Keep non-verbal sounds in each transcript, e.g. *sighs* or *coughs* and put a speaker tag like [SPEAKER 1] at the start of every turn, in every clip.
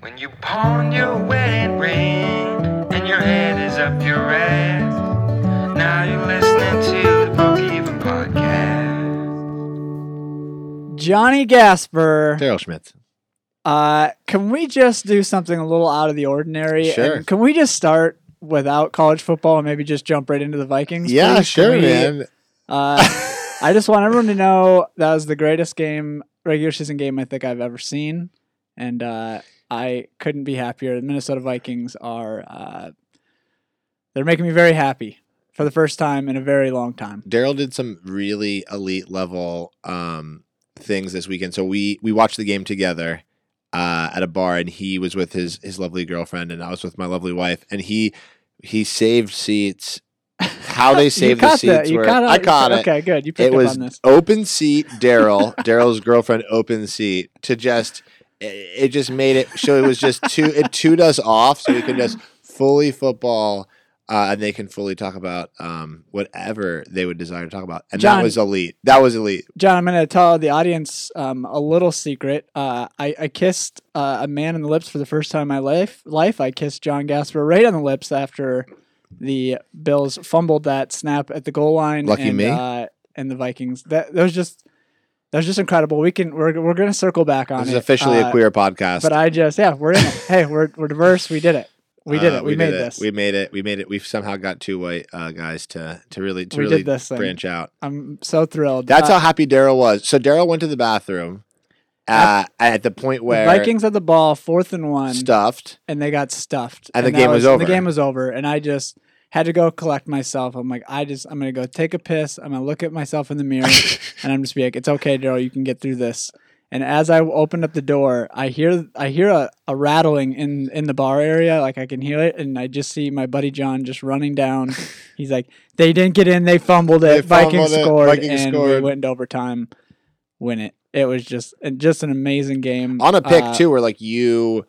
[SPEAKER 1] When you pawn your wedding ring and your head is up your ass, now you're listening to the Brookhaven Podcast.
[SPEAKER 2] Johnny Gasper.
[SPEAKER 3] Daryl Schmidt.
[SPEAKER 2] Uh, can we just do something a little out of the ordinary?
[SPEAKER 3] Sure.
[SPEAKER 2] And can we just start without college football and maybe just jump right into the Vikings? please?
[SPEAKER 3] Yeah,
[SPEAKER 2] Can
[SPEAKER 3] sure,
[SPEAKER 2] we-
[SPEAKER 3] man. *laughs*
[SPEAKER 2] Uh, I just want everyone to know that was the greatest game, regular season game I think I've ever seen, and uh, I couldn't be happier. The Minnesota Vikings are uh, they're making me very happy for the first time in a very long time.
[SPEAKER 3] Daryl did some really elite level um, things this weekend. So we we watched the game together uh, at a bar, and he was with his his lovely girlfriend, and I was with my lovely wife, and he he saved seats. *laughs* How they
[SPEAKER 2] You
[SPEAKER 3] saved the
[SPEAKER 2] caught
[SPEAKER 3] seats
[SPEAKER 2] that. You
[SPEAKER 3] were
[SPEAKER 2] caught on-
[SPEAKER 3] I caught it.
[SPEAKER 2] Okay, good. You picked
[SPEAKER 3] It
[SPEAKER 2] up
[SPEAKER 3] was
[SPEAKER 2] on this.
[SPEAKER 3] open seat. Daryl, *laughs* Daryl's girlfriend, open seat to just it it just made it so it was just two it toed us off so we could just fully football uh, and they can fully talk about um, whatever they would desire to talk about and
[SPEAKER 2] John.
[SPEAKER 3] that was elite that was elite
[SPEAKER 2] John, I'm going to tell the audience um, a little secret. Uh, I, I kissed uh, a man on the lips for the first time in my life. Life, I kissed John Gasper right on the lips after the Bills fumbled that snap at the goal line.
[SPEAKER 3] Lucky
[SPEAKER 2] and,
[SPEAKER 3] me.
[SPEAKER 2] Uh, and the Vikings. That, that was just that was just incredible. We can we're we're going to circle back on
[SPEAKER 3] this is
[SPEAKER 2] it.
[SPEAKER 3] officially
[SPEAKER 2] Uh,
[SPEAKER 3] a queer podcast
[SPEAKER 2] But I just yeah, we're in
[SPEAKER 3] *laughs*
[SPEAKER 2] it. hey, we're we're diverse. We did it. We did
[SPEAKER 3] Uh,
[SPEAKER 2] it. We, made
[SPEAKER 3] did it.
[SPEAKER 2] this.
[SPEAKER 3] we made it we made it we've somehow got two white uh, guys to to really to
[SPEAKER 2] We did
[SPEAKER 3] really
[SPEAKER 2] this thing.
[SPEAKER 3] branch out
[SPEAKER 2] I'm so thrilled.
[SPEAKER 3] that's
[SPEAKER 2] Uh,
[SPEAKER 3] how happy Daryl was so Daryl went to the bathroom uh, at the point
[SPEAKER 2] the
[SPEAKER 3] where
[SPEAKER 2] Vikings had the ball, fourth and one.
[SPEAKER 3] stuffed
[SPEAKER 2] and they got stuffed.
[SPEAKER 3] And the
[SPEAKER 2] that
[SPEAKER 3] game was over.
[SPEAKER 2] The game was over, and I just had to go collect myself. I'm like, I just, I'm gonna go take a piss. I'm gonna look at myself in the
[SPEAKER 3] *laughs*
[SPEAKER 2] mirror, and I'm just be like, it's okay, Daryl, you can get through this. And as I opened up the door, I hear, I hear a, a rattling in in the bar area, like I can hear it, and I just see my buddy John just running
[SPEAKER 3] *laughs*
[SPEAKER 2] down. He's like, they didn't get in, they fumbled it.
[SPEAKER 3] They fumbled
[SPEAKER 2] Vikings
[SPEAKER 3] it.
[SPEAKER 2] scored,
[SPEAKER 3] Vikings
[SPEAKER 2] and we
[SPEAKER 3] scored.
[SPEAKER 2] went into overtime, win it. It was just, and just an amazing game
[SPEAKER 3] on a pick
[SPEAKER 2] Uh,
[SPEAKER 3] too, where like you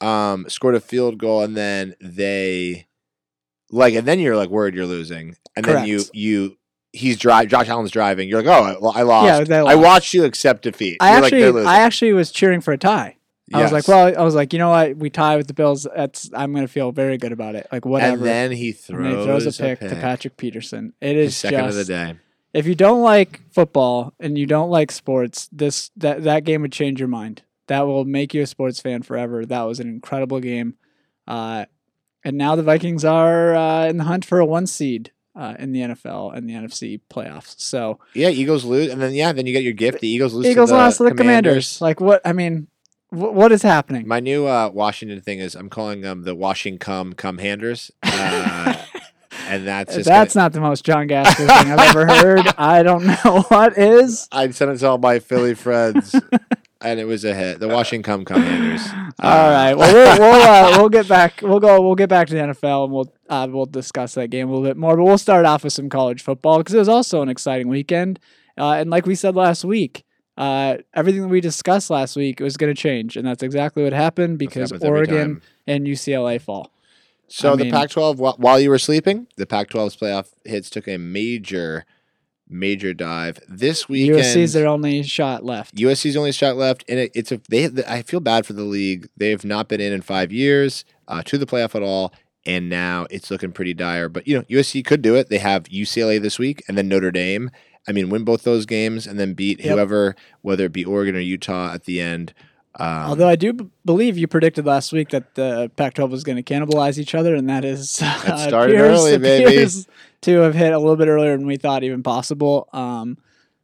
[SPEAKER 3] um scored a field goal and then they like and then you're like worried you're losing and then you
[SPEAKER 2] Correct.
[SPEAKER 3] you he's drive Josh Allen's driving you're like oh I- well, I lost
[SPEAKER 2] Yeah, they
[SPEAKER 3] I
[SPEAKER 2] lost.
[SPEAKER 3] watched you accept defeat
[SPEAKER 2] I
[SPEAKER 3] You're like,
[SPEAKER 2] actually,
[SPEAKER 3] "They're losing."
[SPEAKER 2] I actually was cheering for a tie. I was
[SPEAKER 3] Yes.
[SPEAKER 2] like, well, I was like, you know what? We tie with the Bills. That's I'm gonna feel very good about it. Like whatever.
[SPEAKER 3] and then he
[SPEAKER 2] And
[SPEAKER 3] throws,
[SPEAKER 2] then he throws a pick, to Patrick Peterson. It
[SPEAKER 3] his
[SPEAKER 2] is
[SPEAKER 3] second
[SPEAKER 2] just
[SPEAKER 3] of the day
[SPEAKER 2] if you don't like football and you don't like sports, this that that game would change your mind. That will make you a sports fan forever. That was an incredible game, uh, and now the Vikings are uh, in the hunt for a one seed uh, in the NFL and the NFC playoffs. So
[SPEAKER 3] yeah Eagles lose and then yeah then you get your gift the Eagles lose
[SPEAKER 2] Eagles
[SPEAKER 3] to the
[SPEAKER 2] lost to the
[SPEAKER 3] Commanders.
[SPEAKER 2] commanders. Like what? I mean, wh- what is happening?
[SPEAKER 3] My new uh, Washington thing is I'm calling them the washing cum cum handers,
[SPEAKER 2] *laughs*
[SPEAKER 3] uh, and that's just gonna-
[SPEAKER 2] That's not the most John Gasper thing I've ever
[SPEAKER 3] *laughs*
[SPEAKER 2] heard. I don't know *laughs* what is.
[SPEAKER 3] I sent it to all my Philly friends, and it was a hit. The Washington Cum Commanders.
[SPEAKER 2] All right. Well, we'll we'll,
[SPEAKER 3] *laughs*
[SPEAKER 2] uh, we'll get back. We'll go. We'll get back to the NFL and we'll uh, we'll discuss that game a little bit more. But we'll start off with some college football because it was also an exciting weekend. Uh, and like we said last week, uh, everything that we discussed last week was going to change, and that's exactly what happened because
[SPEAKER 3] happens every
[SPEAKER 2] Oregon
[SPEAKER 3] time.
[SPEAKER 2] and UCLA fall.
[SPEAKER 3] So
[SPEAKER 2] I
[SPEAKER 3] the
[SPEAKER 2] mean-
[SPEAKER 3] Pac-12, wh- while you were sleeping, the Pac-12's playoff hits took a major, major dive this weekend.
[SPEAKER 2] USC's their only shot left.
[SPEAKER 3] USC's only shot left, and it, it's a they. I feel bad for the league. They have not been in in five years uh, to the playoff at all, and now it's looking pretty dire. But you know, USC could do it. They have UCLA this week, and then Notre Dame. I mean, win both those games, and then beat
[SPEAKER 2] Yep.
[SPEAKER 3] whoever, whether it be Oregon or Utah, at the end. Um,
[SPEAKER 2] Although I do b- believe you predicted last week that the Pac-12 was going to cannibalize each other, and that is *laughs* uh,
[SPEAKER 3] started early, baby.
[SPEAKER 2] appears to have hit a little bit earlier than we thought even possible. Um,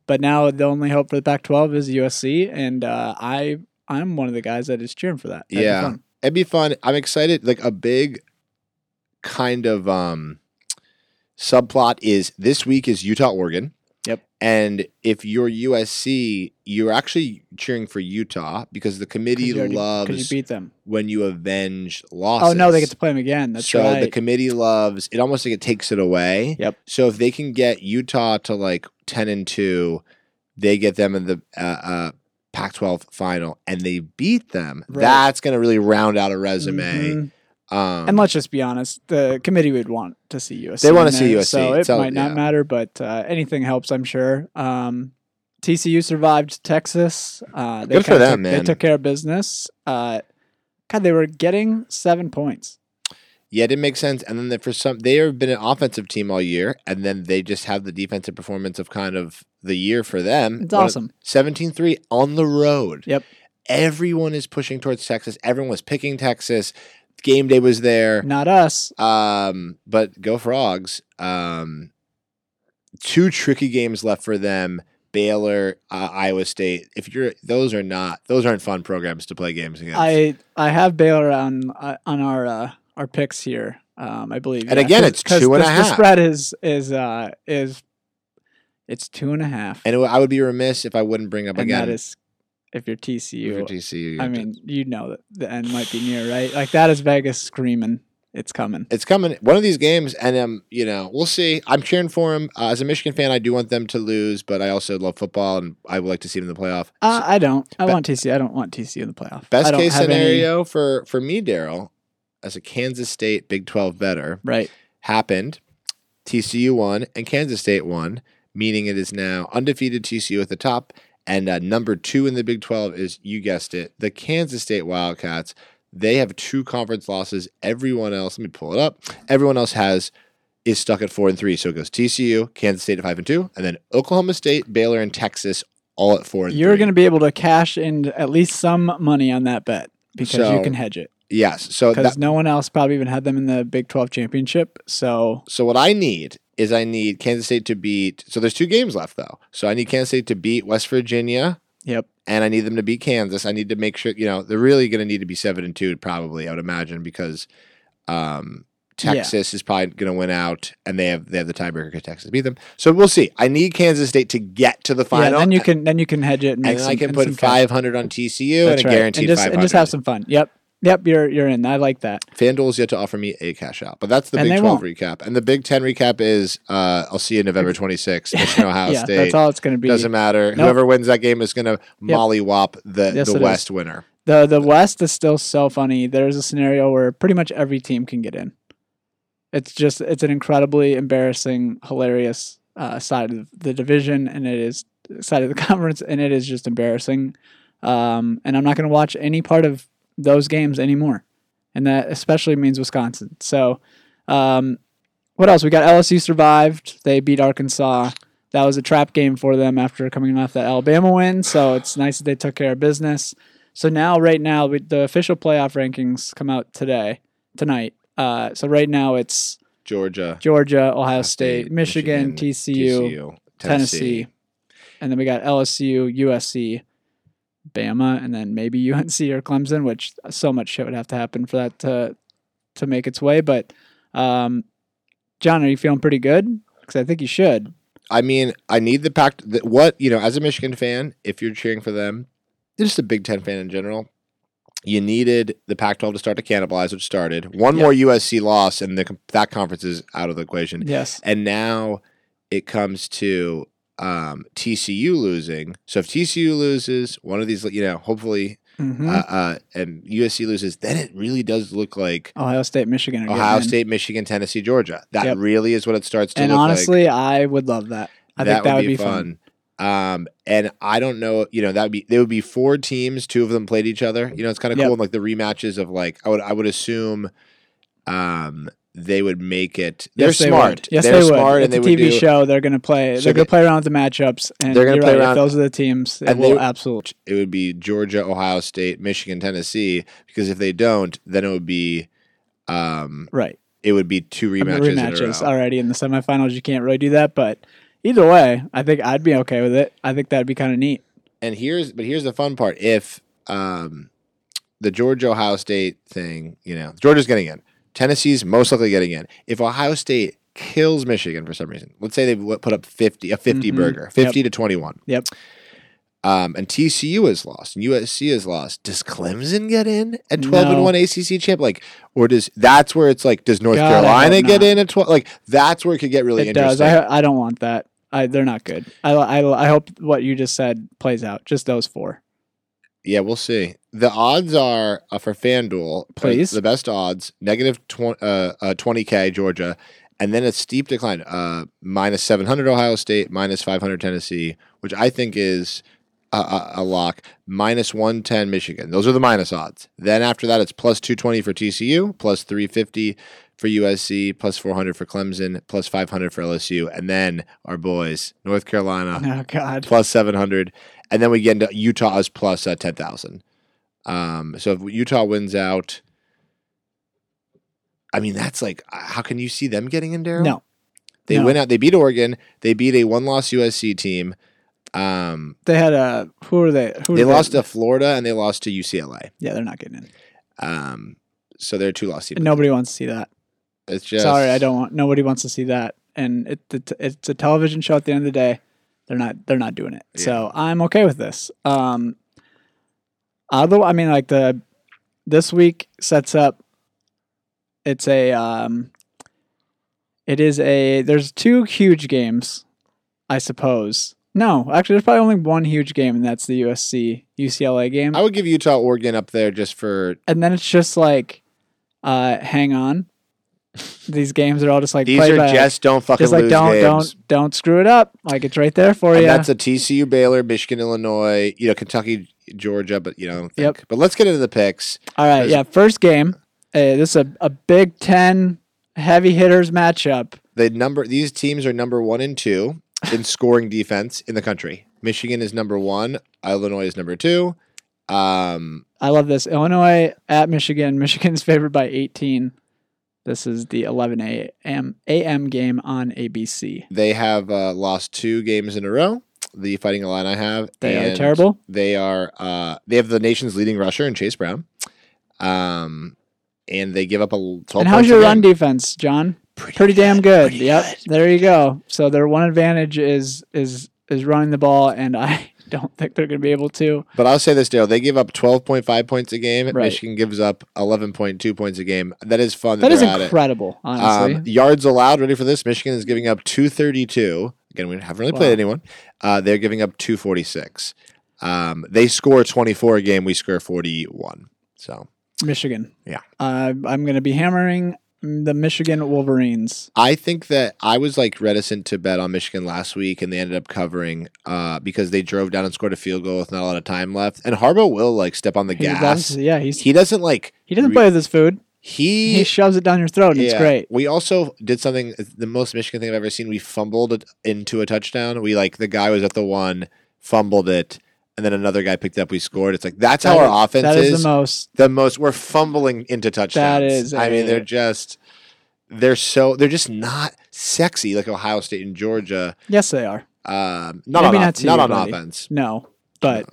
[SPEAKER 2] but now the only hope for the Pac-12 is USC, and uh, I I'm one of the guys that is cheering for that. That'd be
[SPEAKER 3] Yeah.
[SPEAKER 2] fun.
[SPEAKER 3] it'd be fun. I'm excited. Like a big kind of um subplot is this week is Utah Oregon.
[SPEAKER 2] Yep.
[SPEAKER 3] And if you're USC, you're actually cheering for Utah because the
[SPEAKER 2] 'Cause
[SPEAKER 3] committee
[SPEAKER 2] you already- 'cause
[SPEAKER 3] loves
[SPEAKER 2] you beat them.
[SPEAKER 3] when you avenge losses.
[SPEAKER 2] Oh no, they get to play them again. That's
[SPEAKER 3] so
[SPEAKER 2] right.
[SPEAKER 3] the committee loves it almost like it takes it away.
[SPEAKER 2] Yep.
[SPEAKER 3] So if they can get Utah to like 10 and 2, they get them in the uh, uh, Pac 12 final and they beat them.
[SPEAKER 2] Right.
[SPEAKER 3] That's going to really round out a resume.
[SPEAKER 2] Mhm.
[SPEAKER 3] Um,
[SPEAKER 2] And let's just be honest, the committee would want to see USC.
[SPEAKER 3] They wanna
[SPEAKER 2] in
[SPEAKER 3] see
[SPEAKER 2] there,
[SPEAKER 3] USC,
[SPEAKER 2] so it
[SPEAKER 3] so,
[SPEAKER 2] might not
[SPEAKER 3] yeah.
[SPEAKER 2] matter, but uh, anything helps, I'm sure. Um, TCU survived Texas. Uh, they
[SPEAKER 3] Good for
[SPEAKER 2] kinda
[SPEAKER 3] them,
[SPEAKER 2] took-
[SPEAKER 3] man.
[SPEAKER 2] They took care of business. Uh, God, they were getting seven points.
[SPEAKER 3] Yeah, it didn't make sense. And then the, for some, they have been an offensive team all year, and then they just have the defensive performance of kind of the year for them.
[SPEAKER 2] It's
[SPEAKER 3] One of-
[SPEAKER 2] awesome.
[SPEAKER 3] 17-3 on the road.
[SPEAKER 2] Yep.
[SPEAKER 3] Everyone is pushing towards Texas. Everyone was picking Texas. Game day was there.
[SPEAKER 2] Not us.
[SPEAKER 3] Um, but go frogs. Um, two tricky games left for them. Baylor, uh, Iowa State. If you're, those are not, those aren't fun programs to play games against.
[SPEAKER 2] I I have Baylor on uh, on our uh, our picks here. Um, I believe.
[SPEAKER 3] And again,
[SPEAKER 2] 'cause-
[SPEAKER 3] it's
[SPEAKER 2] 'cause
[SPEAKER 3] two and
[SPEAKER 2] the,
[SPEAKER 3] a
[SPEAKER 2] The
[SPEAKER 3] half.
[SPEAKER 2] spread is is uh is it's two and a half,
[SPEAKER 3] and it- I would be remiss if I wouldn't bring up
[SPEAKER 2] and
[SPEAKER 3] again.
[SPEAKER 2] that is if you're TCU.
[SPEAKER 3] for TCU.
[SPEAKER 2] I mean, you know that the end might be near, right? Like that is Vegas screaming, it's coming.
[SPEAKER 3] it's coming one of these games, and um, you know, we'll see. I'm cheering for them uh, as a Michigan fan. I do want them to lose, but I also love football, and I would like to see them in the playoff.
[SPEAKER 2] Uh, I don't. I
[SPEAKER 3] Be-
[SPEAKER 2] want TCU. I don't want TCU in the playoff. I
[SPEAKER 3] Best
[SPEAKER 2] don't
[SPEAKER 3] case
[SPEAKER 2] have any-
[SPEAKER 3] scenario for for me, Daryl, as a Kansas State Big Twelve better,
[SPEAKER 2] right?
[SPEAKER 3] happened. TCU won and Kansas State won, meaning it is now undefeated TCU at the top. And uh, number two in the Big 12 is, you guessed it, the Kansas State Wildcats. They have two conference losses. Everyone else, let me pull it up. Everyone else has is stuck at four and three. So it goes TCU, Kansas State at five and two, and then Oklahoma State, Baylor, and Texas all at four and
[SPEAKER 2] You're
[SPEAKER 3] three.
[SPEAKER 2] going to be able to cash in at least some money on that bet because
[SPEAKER 3] So-
[SPEAKER 2] you can hedge it.
[SPEAKER 3] yes. So that,
[SPEAKER 2] Because no one else probably even had them in the Big 12 championship. So
[SPEAKER 3] So what I need is I need Kansas State to beat. So there's two games left though. So I need Kansas State to beat West Virginia,
[SPEAKER 2] Yep.
[SPEAKER 3] and I need them to beat Kansas. I need to make sure you know they're really going to need to be seven and two probably. I would imagine because um,
[SPEAKER 2] Yeah.
[SPEAKER 3] Texas is probably going to win out, and they have they have the tiebreaker because Texas beat them. So we'll see. I need Kansas State to get to the final.
[SPEAKER 2] yeah, then you can then you can hedge it and make
[SPEAKER 3] and then
[SPEAKER 2] some,
[SPEAKER 3] I can
[SPEAKER 2] and
[SPEAKER 3] put
[SPEAKER 2] some cash.
[SPEAKER 3] 500 on TCU
[SPEAKER 2] That's
[SPEAKER 3] and a
[SPEAKER 2] right.
[SPEAKER 3] guaranteed
[SPEAKER 2] and just,
[SPEAKER 3] 500.
[SPEAKER 2] and just have some fun. Yep, yep, you're you're in. I like that.
[SPEAKER 3] FanDuel's yet to offer me a cash out, but that's the
[SPEAKER 2] And
[SPEAKER 3] Big
[SPEAKER 2] they
[SPEAKER 3] 12
[SPEAKER 2] won't.
[SPEAKER 3] recap. And the Big 10 recap is uh, I'll see
[SPEAKER 2] *laughs*
[SPEAKER 3] you November 26th, Michigan, Ohio
[SPEAKER 2] yeah,
[SPEAKER 3] State.
[SPEAKER 2] that's all it's going to be.
[SPEAKER 3] Doesn't matter.
[SPEAKER 2] Nope.
[SPEAKER 3] Whoever wins that game is going to mollywop the,
[SPEAKER 2] Yes, it
[SPEAKER 3] the
[SPEAKER 2] is.
[SPEAKER 3] West winner.
[SPEAKER 2] the the West is still so funny. There's a scenario where pretty much every team can get in. It's just it's an incredibly embarrassing, hilarious uh, side of the division, and it is side of the *laughs* conference, and it is just embarrassing. Um, and I'm not going to watch any part of those games anymore, and that especially means Wisconsin. So, um, what else? We got LSU survived. They beat Arkansas. That was a trap game for them after coming off that Alabama win. So it's nice that they took care of business. So now, right now, we, the official playoff rankings come out today, tonight. Uh, so right now it's
[SPEAKER 3] Georgia,
[SPEAKER 2] Georgia, Ohio State,
[SPEAKER 3] State,
[SPEAKER 2] Michigan,
[SPEAKER 3] Michigan,
[SPEAKER 2] TCU,
[SPEAKER 3] TCU,
[SPEAKER 2] Tennessee.
[SPEAKER 3] Tennessee.
[SPEAKER 2] and then we got LSU, USC, Bama, and then maybe *laughs* UNC or Clemson. Which so much shit would have to happen for that to to make its way. But um, John, are you feeling pretty good? Because I think you should.
[SPEAKER 3] I mean, I need the pact. The, what, you know, as a Michigan fan, if you're cheering for them, just a Big 10 fan in general, you needed the Pac 12 to start to cannibalize, which started. One
[SPEAKER 2] Yeah.
[SPEAKER 3] more USC loss, and the, that conference is out of the equation.
[SPEAKER 2] Yes.
[SPEAKER 3] And now it comes to um, TCU losing. So if TCU loses, one of these, you know, hopefully,
[SPEAKER 2] hmm
[SPEAKER 3] uh, uh, and USC loses, then it really does look like
[SPEAKER 2] Ohio State, Michigan, are getting
[SPEAKER 3] Ohio
[SPEAKER 2] in.
[SPEAKER 3] State, Michigan, Tennessee, Georgia. That
[SPEAKER 2] Yep.
[SPEAKER 3] really is what it starts to
[SPEAKER 2] And
[SPEAKER 3] look like.
[SPEAKER 2] honestly, I would love that. I think that would be, fun.
[SPEAKER 3] Um, and I don't know, you know, that would be there would be four teams. Two of them played each other. You know, it's kind of
[SPEAKER 2] Yep.
[SPEAKER 3] cool. And like the rematches of like, I would I would assume, um, they would make it. They're
[SPEAKER 2] Yes, they
[SPEAKER 3] smart.
[SPEAKER 2] would. Yes,
[SPEAKER 3] they're
[SPEAKER 2] they would.
[SPEAKER 3] smart,
[SPEAKER 2] It's
[SPEAKER 3] and they
[SPEAKER 2] a
[SPEAKER 3] would
[SPEAKER 2] TV
[SPEAKER 3] do.
[SPEAKER 2] show. They're going to play.
[SPEAKER 3] So
[SPEAKER 2] they're going
[SPEAKER 3] they-
[SPEAKER 2] to play around with the matchups, and they're
[SPEAKER 3] they're
[SPEAKER 2] going
[SPEAKER 3] gonna
[SPEAKER 2] to
[SPEAKER 3] play
[SPEAKER 2] play around.
[SPEAKER 3] around-
[SPEAKER 2] Those are the teams. It
[SPEAKER 3] and
[SPEAKER 2] will
[SPEAKER 3] they-
[SPEAKER 2] absolutely.
[SPEAKER 3] It would be Georgia, Ohio State, Michigan, Tennessee. Because if they don't, then it would be, um,
[SPEAKER 2] Right.
[SPEAKER 3] it would be two
[SPEAKER 2] I mean,
[SPEAKER 3] rematches. in a
[SPEAKER 2] rematches
[SPEAKER 3] row.
[SPEAKER 2] already in the semifinals. You can't really do that, but either way, I think I'd be okay with it. I think that'd be kind of neat.
[SPEAKER 3] and here's but here's the fun part if um the georgia ohio state thing you know georgia's getting in tennessee's most likely getting in if ohio state kills michigan for some reason let's say they w- put up 50 a 50
[SPEAKER 2] Mhm.
[SPEAKER 3] burger 50 to 21
[SPEAKER 2] Yep.
[SPEAKER 3] um, and TCU is lost, and USC is lost. Does Clemson get in at twelve and
[SPEAKER 2] No.
[SPEAKER 3] one ACC champ? Like, or does that's where it's like, does North
[SPEAKER 2] God, I hope
[SPEAKER 3] Carolina get
[SPEAKER 2] not.
[SPEAKER 3] in at twelve? Like, that's where it could get really
[SPEAKER 2] it does.
[SPEAKER 3] interesting.
[SPEAKER 2] I I don't want that. I, they're not good. I, I, I hope what you just said plays out. Just those four.
[SPEAKER 3] Yeah, we'll see. The odds are uh, for FanDuel, uh,
[SPEAKER 2] Please.
[SPEAKER 3] the best odds negative uh, twenty k Georgia, and then a steep decline uh, minus seven hundred Ohio State, minus five hundred Tennessee, which I think is a, a, a lock, minus 110 Michigan. Those are the minus odds. Then after that, it's plus 220 for TCU, plus 350 for USC, plus 400 for Clemson, plus 500 for LSU. And then our boys, North Carolina,
[SPEAKER 2] Oh God.
[SPEAKER 3] plus 700 and then we get into utah is plus uh, 10000 um, so if utah wins out i mean that's like uh, how can you see them getting in Daryl?
[SPEAKER 2] No.
[SPEAKER 3] they
[SPEAKER 2] no.
[SPEAKER 3] win out they beat oregon they beat a one-loss usc team um,
[SPEAKER 2] They had a who are they? Who
[SPEAKER 3] they
[SPEAKER 2] were
[SPEAKER 3] lost to florida and they lost to ucla
[SPEAKER 2] Yeah, they're not getting in.
[SPEAKER 3] um, so they're two loss teams
[SPEAKER 2] And nobody wants to see that.
[SPEAKER 3] it's just
[SPEAKER 2] Sorry, I don't want. Nobody wants to see that. And it, it it's a television show. At the end of the day, they're not they're not doing it. So I'm okay with this. Um, although I mean, like the this week sets up. It's a um. It is a there's two huge games, I suppose. No, actually, there's probably only one huge game, and that's the USC UCLA game
[SPEAKER 3] i would give utah oregon up there just for
[SPEAKER 2] and then it's just like, uh, hang on. These games are all just like
[SPEAKER 3] these
[SPEAKER 2] play
[SPEAKER 3] are
[SPEAKER 2] by-
[SPEAKER 3] just don't fucking
[SPEAKER 2] just like
[SPEAKER 3] lose
[SPEAKER 2] don't
[SPEAKER 3] games.
[SPEAKER 2] don't don't screw it up. Like it's right there for
[SPEAKER 3] And
[SPEAKER 2] you.
[SPEAKER 3] that's a TCU, Baylor, Michigan, Illinois, you know, Kentucky, Georgia, but you know, I don't think.
[SPEAKER 2] Yep.
[SPEAKER 3] But let's get into the picks.
[SPEAKER 2] all right, yeah. First game. Uh, this is a, a Big Ten heavy hitters matchup.
[SPEAKER 3] The number these teams are number one and two
[SPEAKER 2] *laughs*
[SPEAKER 3] in scoring defense in the country. Michigan is number one. Illinois is number two. Um,
[SPEAKER 2] I love this. Illinois at Michigan. *laughs* Michigan's favored by 18. This is the 11 a.m. a.m. game on ABC.
[SPEAKER 3] they have uh, lost two games in a row. The Fighting Illini have.
[SPEAKER 2] They are
[SPEAKER 3] and
[SPEAKER 2] terrible.
[SPEAKER 3] They are. Uh, they have the nation's leading rusher in Chase Brown. Um, and they give up a l- twelve.
[SPEAKER 2] And how's
[SPEAKER 3] points
[SPEAKER 2] your
[SPEAKER 3] a
[SPEAKER 2] run
[SPEAKER 3] game.
[SPEAKER 2] defense, John? pretty damn good. yep. There you go. So their one advantage is is is running the ball, and *laughs* I don't think they're going to be able to.
[SPEAKER 3] But I'll say this, Daryl. They give up 12.5 points a game.
[SPEAKER 2] Right.
[SPEAKER 3] Michigan gives up 11.2 points a game. That is fun.
[SPEAKER 2] That
[SPEAKER 3] they're
[SPEAKER 2] is
[SPEAKER 3] at it.
[SPEAKER 2] incredible, honestly.
[SPEAKER 3] Um, yards allowed. Ready for this? Michigan is giving up 232. Again, we haven't really played
[SPEAKER 2] Wow.
[SPEAKER 3] anyone. Uh, they're giving up 246. Um, they score 24 a game. We score 41. So
[SPEAKER 2] Michigan.
[SPEAKER 3] Yeah.
[SPEAKER 2] Uh, I'm going to be hammering the Michigan Wolverines.
[SPEAKER 3] I think that I was like reticent to bet on Michigan last week, and they ended up covering uh, because they drove down and scored a field goal with not a lot of time left. And Harbaugh will like step on the
[SPEAKER 2] He's
[SPEAKER 3] gas.
[SPEAKER 2] obviously- yeah, he's
[SPEAKER 3] He doesn't like.
[SPEAKER 2] he doesn't
[SPEAKER 3] re-
[SPEAKER 2] play with his food.
[SPEAKER 3] He,
[SPEAKER 2] He shoves it down your throat. And It's great.
[SPEAKER 3] We also did something uh, the most Michigan thing I've ever seen. We fumbled it into a touchdown. We like the guy was at the one, fumbled it, and then another guy picked it up. We scored. It's like that's how
[SPEAKER 2] That
[SPEAKER 3] our offense
[SPEAKER 2] That
[SPEAKER 3] is.
[SPEAKER 2] is the most.
[SPEAKER 3] the most we're fumbling into touchdowns.
[SPEAKER 2] is
[SPEAKER 3] I mean,
[SPEAKER 2] a-
[SPEAKER 3] they're just they're so they're just not sexy like Ohio State and Georgia.
[SPEAKER 2] Yes, they are.
[SPEAKER 3] Um, not
[SPEAKER 2] Maybe not
[SPEAKER 3] on not,
[SPEAKER 2] to
[SPEAKER 3] not
[SPEAKER 2] you,
[SPEAKER 3] on
[SPEAKER 2] buddy.
[SPEAKER 3] offense.
[SPEAKER 2] No, but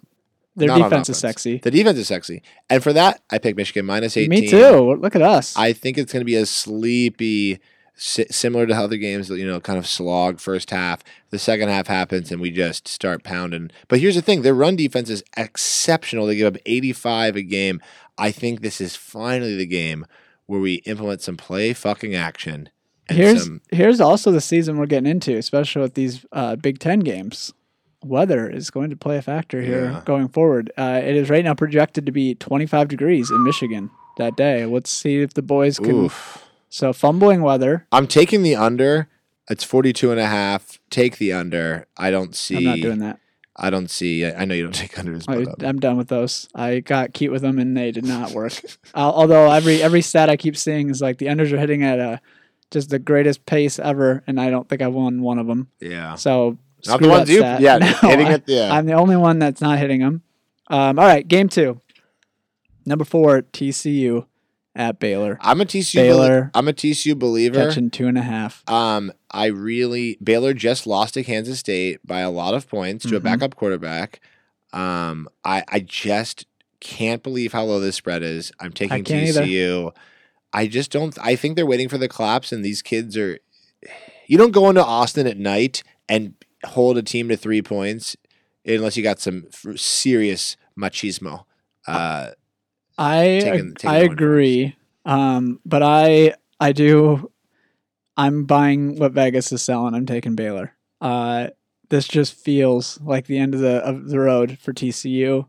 [SPEAKER 2] their
[SPEAKER 3] Not on
[SPEAKER 2] defense is
[SPEAKER 3] offense.
[SPEAKER 2] sexy.
[SPEAKER 3] The defense is sexy, and for that, I pick Michigan minus eighteen.
[SPEAKER 2] Me too. Look at us.
[SPEAKER 3] I think it's going to be a sleepy, si- similar to other games. You know, kind of slog first half. The second half happens, and we just start pounding. But here's the thing: their run defense is exceptional. They give up 85 a game. I think this is finally the game where we implement some play fucking action. And
[SPEAKER 2] here's
[SPEAKER 3] some,
[SPEAKER 2] here's also the season we're getting into, especially with these uh, Big Ten games. Weather is going to play a factor here
[SPEAKER 3] Yeah.
[SPEAKER 2] going forward. Uh, it is right now projected to be 25 degrees in Michigan that day. Let's see if the boys can.
[SPEAKER 3] oof.
[SPEAKER 2] So fumbling weather.
[SPEAKER 3] I'm taking the under. It's 42 and a half. Take the under. I don't see.
[SPEAKER 2] I'm not doing that.
[SPEAKER 3] I don't see. I, I know you don't *laughs* take unders.
[SPEAKER 2] I,
[SPEAKER 3] But, um,
[SPEAKER 2] I'm done with those. I got cute with them and they did not work. Al although every every stat I keep seeing is like the unders are hitting at a just the greatest pace ever, and I don't think I won one of them.
[SPEAKER 3] yeah.
[SPEAKER 2] So
[SPEAKER 3] Not
[SPEAKER 2] screw
[SPEAKER 3] the
[SPEAKER 2] that
[SPEAKER 3] ones you.
[SPEAKER 2] stat. *laughs*
[SPEAKER 3] Yeah.
[SPEAKER 2] No,
[SPEAKER 3] hitting
[SPEAKER 2] I-
[SPEAKER 3] it. Yeah.
[SPEAKER 2] I'm the only one that's not hitting them. Um, all right, game two. Number four, TCU at Baylor,
[SPEAKER 3] I'm a TCU
[SPEAKER 2] Baylor.
[SPEAKER 3] Belie- I'm a TCU believer.
[SPEAKER 2] catching two and a half.
[SPEAKER 3] Um, I really Baylor just lost to Kansas State by a lot of points to a
[SPEAKER 2] Mhm.
[SPEAKER 3] backup quarterback. Um, I I just can't believe how low this spread is. I'm taking
[SPEAKER 2] can't either.
[SPEAKER 3] TCU. I just don't. I think they're waiting for the collapse, and these kids are. You don't go into Austin at night and hold a team to three points unless you got some f- serious machismo. Uh,
[SPEAKER 2] I
[SPEAKER 3] Taking- taking
[SPEAKER 2] I
[SPEAKER 3] the one
[SPEAKER 2] agree, um, but I I do. I'm buying what Vegas is selling. I'm taking Baylor. Uh, this just feels like the end of the of the road for TCU.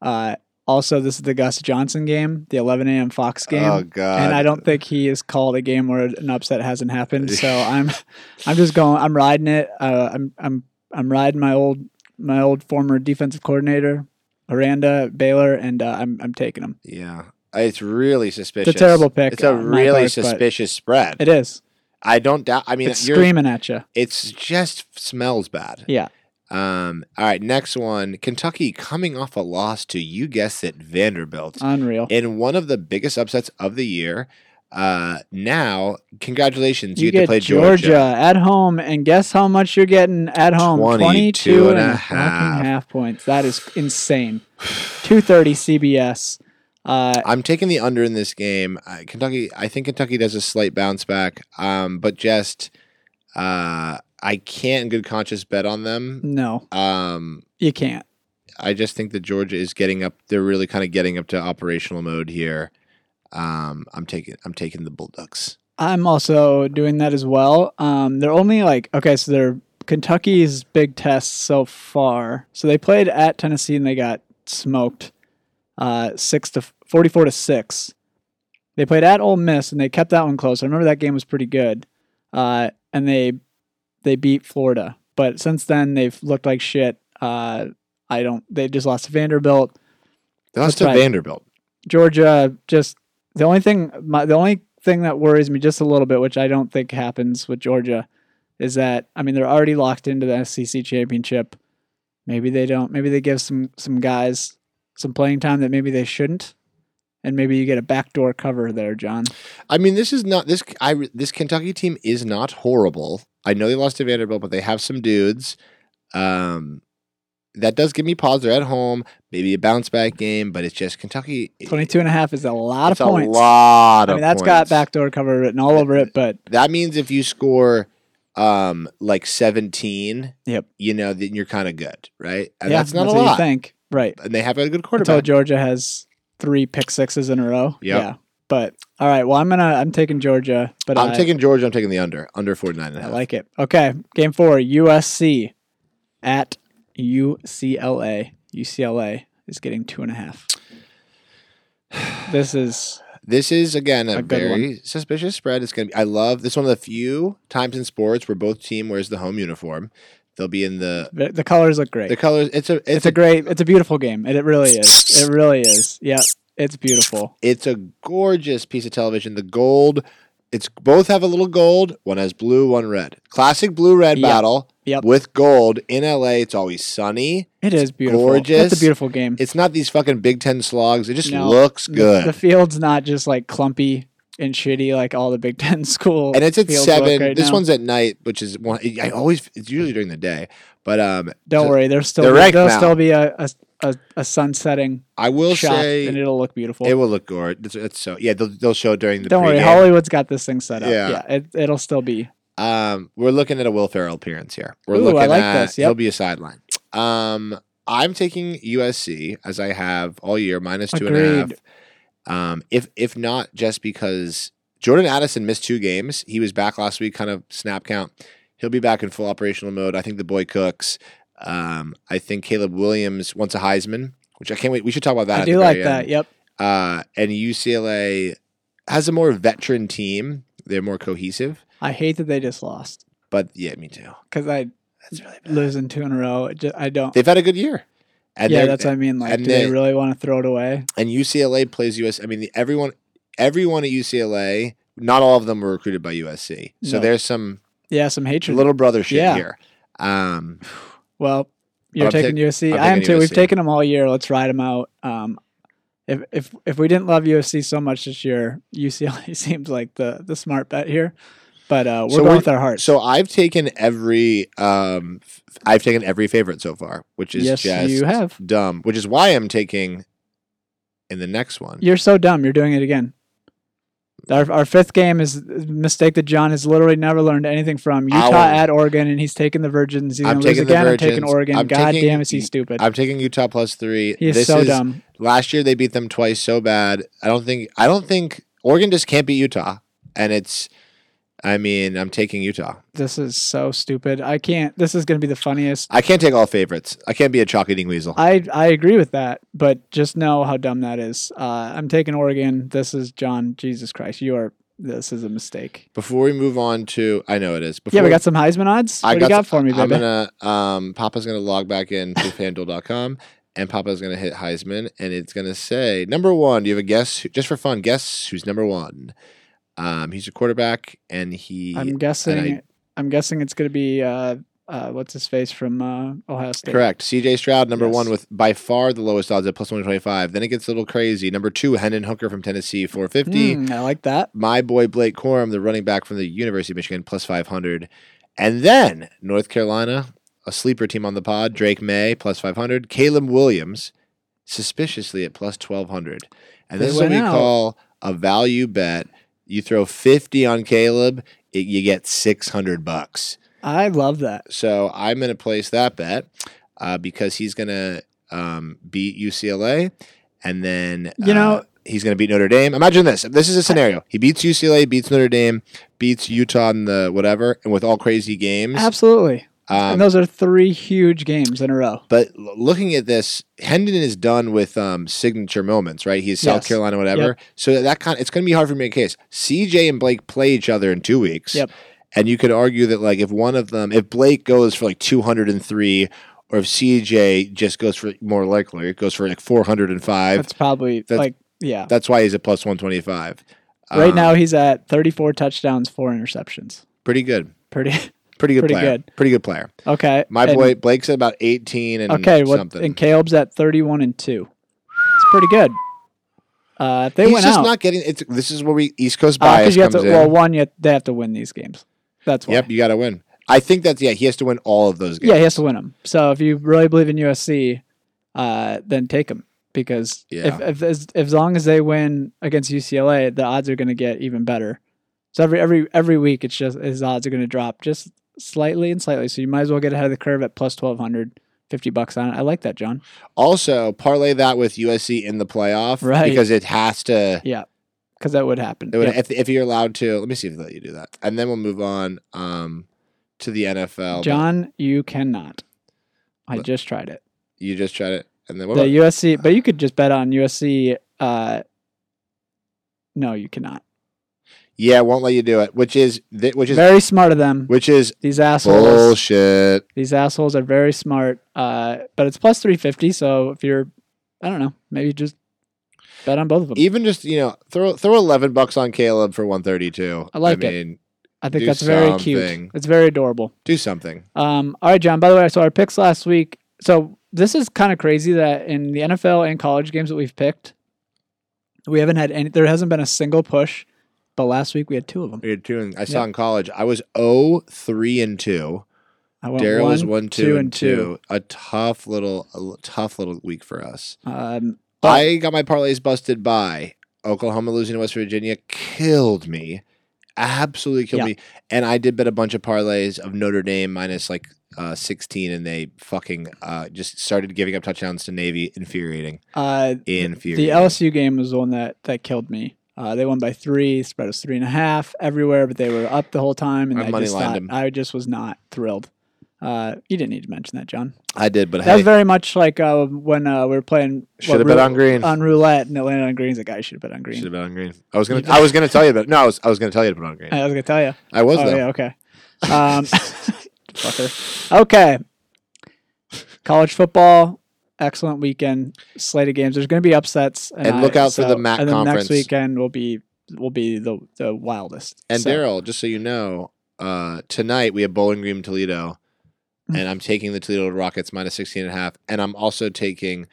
[SPEAKER 2] Uh, also, this is the Gus Johnson game, the 11 a.m. Fox game.
[SPEAKER 3] oh God!
[SPEAKER 2] and I don't think he has called a game where an upset hasn't
[SPEAKER 3] *laughs*
[SPEAKER 2] happened. So I'm, I'm just going. I'm riding it. Uh, I'm I'm I'm riding my old my old former defensive coordinator, Aranda Baylor, and uh, I'm I'm taking him.
[SPEAKER 3] Yeah. It's really suspicious.
[SPEAKER 2] terrible pick
[SPEAKER 3] It's a
[SPEAKER 2] on my
[SPEAKER 3] really
[SPEAKER 2] part, but-
[SPEAKER 3] suspicious spread.
[SPEAKER 2] It is.
[SPEAKER 3] I don't doubt. I mean,
[SPEAKER 2] It's
[SPEAKER 3] you're,
[SPEAKER 2] screaming at you.
[SPEAKER 3] it's just smells bad.
[SPEAKER 2] Yeah.
[SPEAKER 3] Um. All right. Next one. Kentucky coming off a loss to you guessed it Vanderbilt
[SPEAKER 2] Unreal.
[SPEAKER 3] in one of the biggest upsets of the year. Uh. Now, congratulations, you,
[SPEAKER 2] you
[SPEAKER 3] get, to play Georgia.
[SPEAKER 2] at home, and guess how much you're getting at home?
[SPEAKER 3] 22 and a
[SPEAKER 2] fucking
[SPEAKER 3] half.
[SPEAKER 2] half points. That is insane. *sighs* 230 CBS. Uh,
[SPEAKER 3] I'm taking the under in this game. Uh, Kentucky. I think Kentucky does a slight bounce back. Um. But just, uh, I can't in good conscience bet on them.
[SPEAKER 2] no,
[SPEAKER 3] Um.
[SPEAKER 2] you can't.
[SPEAKER 3] I just think that Georgia is getting up. They're really kind of getting up to operational mode here. Um, I'm taking I'm taking the Bulldogs.
[SPEAKER 2] I'm also doing that as well. Um, they're only like okay, so they're Kentucky's big test so far. So they played at Tennessee and they got smoked, uh, six to forty-four to six. They played at Ole Miss and they kept that one close. I remember that game was pretty good, uh, and they they beat Florida. But since then they've looked like shit. Uh, I don't. They just lost to Vanderbilt.
[SPEAKER 3] They
[SPEAKER 2] That's
[SPEAKER 3] lost to
[SPEAKER 2] right.
[SPEAKER 3] Vanderbilt.
[SPEAKER 2] Georgia just the only thing my, the only thing that worries me just a little bit, which I don't think happens with Georgia, is that I mean they're already locked into the SEC championship. Maybe they don't. Maybe they give some some guys some playing time that maybe they shouldn't, and maybe you get a backdoor cover there, John.
[SPEAKER 3] I mean, this is not this. I re- this Kentucky team is not horrible. I know they lost to Vanderbilt, but they have some dudes. Um, that does give me pause. They're at home, maybe a bounce back game, but it's just Kentucky.
[SPEAKER 2] 22 and a half is a lot
[SPEAKER 3] it's
[SPEAKER 2] of points.
[SPEAKER 3] A lot.
[SPEAKER 2] I mean,
[SPEAKER 3] of
[SPEAKER 2] that's got
[SPEAKER 3] points.
[SPEAKER 2] backdoor cover written all over it, but
[SPEAKER 3] That means if you score, um, like 17,
[SPEAKER 2] Yep.
[SPEAKER 3] you know, then you're kind of good, right? And
[SPEAKER 2] yeah,
[SPEAKER 3] that's not a
[SPEAKER 2] what
[SPEAKER 3] lot.
[SPEAKER 2] you think, right?
[SPEAKER 3] and they have a good
[SPEAKER 2] until
[SPEAKER 3] quarterback.
[SPEAKER 2] Georgia has three pick sixes in a row.
[SPEAKER 3] Yep.
[SPEAKER 2] Yeah. But all right. Well, I'm gonna I'm taking Georgia, but
[SPEAKER 3] I'm
[SPEAKER 2] I,
[SPEAKER 3] taking Georgia. I'm taking the under. Under 49 and a
[SPEAKER 2] I
[SPEAKER 3] half.
[SPEAKER 2] like it. Okay. Game four. USC at UCLA. UCLA is getting two and a half. This is
[SPEAKER 3] this is again a,
[SPEAKER 2] A good
[SPEAKER 3] very suspicious spread. It's gonna be. I love this. One of the few times in sports where both team wears the home uniform. They'll be in the
[SPEAKER 2] the the colors look great.
[SPEAKER 3] the colors. It's a
[SPEAKER 2] it's a great. It's a beautiful game. It, it really is. It really is. Yeah. It's beautiful.
[SPEAKER 3] It's a gorgeous piece of television. The gold. It's both have a little gold. One has blue, one red. Classic blue red
[SPEAKER 2] Yep.
[SPEAKER 3] battle
[SPEAKER 2] Yep.
[SPEAKER 3] with gold in LA. It's always sunny.
[SPEAKER 2] It is beautiful. It's
[SPEAKER 3] gorgeous.
[SPEAKER 2] a beautiful game.
[SPEAKER 3] It's not these fucking Big Ten slogs. It just
[SPEAKER 2] No,
[SPEAKER 3] looks
[SPEAKER 2] the-
[SPEAKER 3] good.
[SPEAKER 2] The, field's not just like clumpy and shitty like all the Big Ten *laughs* school.
[SPEAKER 3] and it's at
[SPEAKER 2] fields
[SPEAKER 3] seven.
[SPEAKER 2] look right
[SPEAKER 3] this
[SPEAKER 2] now.
[SPEAKER 3] one's at night, which is one. I always it's usually during the day, but um,
[SPEAKER 2] Don't
[SPEAKER 3] so
[SPEAKER 2] worry, there's still
[SPEAKER 3] they're ranked
[SPEAKER 2] there'll
[SPEAKER 3] now.
[SPEAKER 2] still be a a, a, a sunsetting
[SPEAKER 3] I will
[SPEAKER 2] shot
[SPEAKER 3] say
[SPEAKER 2] and it'll look beautiful.
[SPEAKER 3] it will look gorgeous. It's, it's so yeah, they'll, they'll show it during the.
[SPEAKER 2] Don't worry,
[SPEAKER 3] pregame.
[SPEAKER 2] Hollywood's got this thing set up.
[SPEAKER 3] Yeah.
[SPEAKER 2] Yeah, it, it'll still be.
[SPEAKER 3] Um, we're looking at a Will Ferrell appearance here. We're
[SPEAKER 2] Ooh, I
[SPEAKER 3] looking
[SPEAKER 2] like
[SPEAKER 3] at
[SPEAKER 2] this, yep.
[SPEAKER 3] he'll be a sideline. Um, I'm taking USC as I have all year minus two and a half.
[SPEAKER 2] Agreed.
[SPEAKER 3] Um, if if not just because Jordan Addison missed two games, he was back last week, kind of snap count. He'll be back in full operational mode. I think the boy cooks. Um, I think Caleb Williams wants a Heisman, which I can't wait. We should talk about that.
[SPEAKER 2] I
[SPEAKER 3] at the
[SPEAKER 2] do like
[SPEAKER 3] very
[SPEAKER 2] that.
[SPEAKER 3] end.
[SPEAKER 2] Yep.
[SPEAKER 3] Uh, and UCLA has a more veteran team. They're more cohesive.
[SPEAKER 2] I hate that they just lost
[SPEAKER 3] But yeah, me too.
[SPEAKER 2] because I
[SPEAKER 3] That's really bad.
[SPEAKER 2] losing two in a row. It ju- I don't.
[SPEAKER 3] They've had a good year. And
[SPEAKER 2] yeah,
[SPEAKER 3] they're-
[SPEAKER 2] that's what I mean. Like,
[SPEAKER 3] and
[SPEAKER 2] do they,
[SPEAKER 3] they-
[SPEAKER 2] really want to throw it away?
[SPEAKER 3] and UCLA plays US. I mean, the, everyone, everyone at UCLA. Not all of them were recruited by USC. So
[SPEAKER 2] No.
[SPEAKER 3] there's some
[SPEAKER 2] Yeah, some hatred.
[SPEAKER 3] little brother shit
[SPEAKER 2] Yeah.
[SPEAKER 3] here. Um,
[SPEAKER 2] Well, you're
[SPEAKER 3] I'm
[SPEAKER 2] taking USC.
[SPEAKER 3] I'm
[SPEAKER 2] I am
[SPEAKER 3] taking
[SPEAKER 2] too. We've
[SPEAKER 3] USC.
[SPEAKER 2] taken them all year. Let's ride them out. Um, if if if we didn't love USC so much this year, UCLA *laughs* seems like the the smart bet here. But uh, we're
[SPEAKER 3] So
[SPEAKER 2] going
[SPEAKER 3] we're-
[SPEAKER 2] with our hearts.
[SPEAKER 3] so I've taken every, um, f- I've taken every favorite so far, which is
[SPEAKER 2] yes,
[SPEAKER 3] just
[SPEAKER 2] you have.
[SPEAKER 3] dumb. Which is why I'm taking in the next one.
[SPEAKER 2] You're so dumb. You're doing it again. Our, our fifth game is a mistake that John has literally never learned anything from. Utah
[SPEAKER 3] Ow.
[SPEAKER 2] at Oregon, and he's taking the Virgins. He's
[SPEAKER 3] I'm
[SPEAKER 2] going to lose
[SPEAKER 3] taking the
[SPEAKER 2] again. I'm taking
[SPEAKER 3] Virgins.
[SPEAKER 2] Oregon.
[SPEAKER 3] I'm
[SPEAKER 2] God
[SPEAKER 3] taking-
[SPEAKER 2] damn, is he stupid?
[SPEAKER 3] I'm taking Utah plus three.
[SPEAKER 2] He is
[SPEAKER 3] this
[SPEAKER 2] so
[SPEAKER 3] is
[SPEAKER 2] dumb.
[SPEAKER 3] Last year they beat them twice so bad. I don't think I don't think Oregon just can't beat Utah. And it's I mean, I'm taking Utah.
[SPEAKER 2] This is so stupid. I can't. This is going to be the funniest
[SPEAKER 3] I can't take all favorites. I can't be a chalk eating weasel.
[SPEAKER 2] I I agree with that, but just know how dumb that is. Uh, I'm taking Oregon. This is John. Jesus Christ, you are this is a mistake.
[SPEAKER 3] Before we move on to, I know it is. Before
[SPEAKER 2] Yeah, we got some Heisman odds. What
[SPEAKER 3] I
[SPEAKER 2] do you got
[SPEAKER 3] some-
[SPEAKER 2] for me,
[SPEAKER 3] I'm
[SPEAKER 2] baby?
[SPEAKER 3] gonna um, Papa's gonna log back in to *laughs* FanDuel.com and Papa's gonna hit Heisman and it's gonna say number one. Do you have a guess? who- Just for fun, guess who's number one? Um, he's a quarterback and he.
[SPEAKER 2] I'm
[SPEAKER 3] and
[SPEAKER 2] guessing. I, am guessing it's going to be uh, uh, what's his face from uh, Ohio State.
[SPEAKER 3] Correct. CJ Stroud, number
[SPEAKER 2] Yes.
[SPEAKER 3] one, with by far the lowest odds at plus 125. Then it gets a little crazy. Number two, Hendon Hooker from Tennessee, 450.
[SPEAKER 2] Hmm, I like that.
[SPEAKER 3] my boy Blake Corum, the running back from the University of Michigan, plus 500. And then North Carolina, a sleeper team on the pod, Drake May, plus 500. Caleb Williams, suspiciously at plus 1200. And
[SPEAKER 2] They
[SPEAKER 3] this is what
[SPEAKER 2] went
[SPEAKER 3] we
[SPEAKER 2] out.
[SPEAKER 3] call a value bet. You throw 50 on Caleb, it, you get 600 bucks.
[SPEAKER 2] I love that.
[SPEAKER 3] So I'm going to place that bet uh, because he's going to um, beat UCLA, and then
[SPEAKER 2] You
[SPEAKER 3] uh,
[SPEAKER 2] know-
[SPEAKER 3] he's going to beat Notre Dame. Imagine this: this is a scenario. He beats UCLA, beats Notre Dame, beats Utah in the whatever, and with all crazy games.
[SPEAKER 2] Absolutely.
[SPEAKER 3] Um,
[SPEAKER 2] and those are three huge games in a row.
[SPEAKER 3] but l- looking at this, Hendon is done with um, signature moments, right? He's South
[SPEAKER 2] Yes.
[SPEAKER 3] Carolina, whatever. So that kind, it's going to be hard for me to make a case. CJ and Blake play each other in two weeks.
[SPEAKER 2] Yep.
[SPEAKER 3] And you could argue that like if one of them, if Blake goes for like two hundred and three, or if CJ just goes for more likely, it goes for like four hundred and five.
[SPEAKER 2] That's probably
[SPEAKER 3] that's- um,
[SPEAKER 2] like yeah.
[SPEAKER 3] That's why he's at plus one twenty five.
[SPEAKER 2] right now he's at 34 touchdowns, four interceptions.
[SPEAKER 3] pretty good,
[SPEAKER 2] Pretty *laughs*
[SPEAKER 3] pretty good,
[SPEAKER 2] Pretty
[SPEAKER 3] player,
[SPEAKER 2] good.
[SPEAKER 3] pretty good player.
[SPEAKER 2] okay.
[SPEAKER 3] My
[SPEAKER 2] and-
[SPEAKER 3] boy Blake's at about eighteen and
[SPEAKER 2] Okay, what?
[SPEAKER 3] something.
[SPEAKER 2] And Caleb's at 31 and two. It's pretty good. Uh, if they
[SPEAKER 3] he's
[SPEAKER 2] went
[SPEAKER 3] just
[SPEAKER 2] out.
[SPEAKER 3] not getting. It's this is where we East Coast
[SPEAKER 2] uh, 'cause
[SPEAKER 3] bias
[SPEAKER 2] you have
[SPEAKER 3] comes
[SPEAKER 2] to,
[SPEAKER 3] in.
[SPEAKER 2] well, one, you have, they have to win these games. That's why.
[SPEAKER 3] Yep, you got to win. I think that's yeah. He has to win all of those games.
[SPEAKER 2] Yeah, he has to win them. So if you really believe in USC, uh, then take them because
[SPEAKER 3] Yeah.
[SPEAKER 2] if, if as, as long as they win against UCLA, the odds are going to get even better. So every every every week, it's just his odds are going to drop just slightly and slightly. So you might as well get ahead of the curve at plus twelve hundred. 50 bucks on it. I like that, John.
[SPEAKER 3] Also, parlay that with USC in the playoff,
[SPEAKER 2] Right.
[SPEAKER 3] Because it has to.
[SPEAKER 2] Yeah. Cuz that would happen.
[SPEAKER 3] It would,
[SPEAKER 2] Yeah.
[SPEAKER 3] if, if you're allowed to, let me see if they let you do that, and then we'll move on um, to the NFL. but
[SPEAKER 2] John, you cannot. I
[SPEAKER 3] But-
[SPEAKER 2] just tried it.
[SPEAKER 3] you just tried it, and then what
[SPEAKER 2] The
[SPEAKER 3] about,
[SPEAKER 2] USC, but you could just bet on USC uh No, you cannot.
[SPEAKER 3] yeah, it won't let you do it, which is th- which is
[SPEAKER 2] Very smart of them.
[SPEAKER 3] which is
[SPEAKER 2] These assholes.
[SPEAKER 3] bullshit.
[SPEAKER 2] These assholes are very smart. Uh, but it's plus three fifty. So if you're, I don't know, maybe just bet on both of them.
[SPEAKER 3] Even just you know throw throw eleven bucks on Caleb for one thirty two.
[SPEAKER 2] I like
[SPEAKER 3] I
[SPEAKER 2] it.
[SPEAKER 3] mean,
[SPEAKER 2] I think
[SPEAKER 3] do
[SPEAKER 2] that's very
[SPEAKER 3] something.
[SPEAKER 2] cute. It's very adorable.
[SPEAKER 3] do something.
[SPEAKER 2] Um, all right, John. By the way, so our picks last week. So this is kind of crazy that in the NFL and college games that we've picked, we haven't had any. There hasn't been a single push, but last week we had two of them.
[SPEAKER 3] We were doing- I saw in college. I was 0, 3, and two.
[SPEAKER 2] I went
[SPEAKER 3] Daryl was
[SPEAKER 2] one,
[SPEAKER 3] one, two, and two. A tough little, a l- tough little week for us.
[SPEAKER 2] Um,
[SPEAKER 3] I got my parlays busted by Oklahoma losing to West Virginia. Killed me, absolutely killed
[SPEAKER 2] Yeah.
[SPEAKER 3] me. And I did bet a bunch of parlays of Notre Dame minus like uh, sixteen, and they fucking uh, just started giving up touchdowns to Navy. Infuriating,
[SPEAKER 2] uh,
[SPEAKER 3] infuriating.
[SPEAKER 2] The LSU game was the one that that killed me. Uh, they won by three. Spread was three and a half everywhere, but they were up the whole time, and
[SPEAKER 3] I
[SPEAKER 2] I,
[SPEAKER 3] money
[SPEAKER 2] just
[SPEAKER 3] lined
[SPEAKER 2] thought,
[SPEAKER 3] them.
[SPEAKER 2] I just was not thrilled. Uh, you didn't need to mention that, John.
[SPEAKER 3] I did, but
[SPEAKER 2] That was
[SPEAKER 3] hey,
[SPEAKER 2] very much like uh, when uh, we were playing what,
[SPEAKER 3] should have bet
[SPEAKER 2] roulette-
[SPEAKER 3] on green.
[SPEAKER 2] on roulette, and it landed on greens. Like I should have bet on
[SPEAKER 3] Should
[SPEAKER 2] green.
[SPEAKER 3] have bet on green. I was gonna,
[SPEAKER 2] You
[SPEAKER 3] I was gonna tell you about. It. No, I was, I was gonna tell you to put on green.
[SPEAKER 2] I was gonna tell you.
[SPEAKER 3] I was
[SPEAKER 2] Oh
[SPEAKER 3] though.
[SPEAKER 2] yeah, okay. Um, *laughs* fucker. Okay. College football, excellent weekend slate of games. There's going to be upsets,
[SPEAKER 3] And
[SPEAKER 2] I-
[SPEAKER 3] look out for the MAC
[SPEAKER 2] and then Next
[SPEAKER 3] conference.
[SPEAKER 2] weekend will be will be the the wildest.
[SPEAKER 3] And
[SPEAKER 2] So,
[SPEAKER 3] Daryl, just so you know, uh, tonight we have Bowling Green Toledo,
[SPEAKER 2] Mm.
[SPEAKER 3] and I'm taking the Toledo Rockets minus 16 and a half, and I'm also taking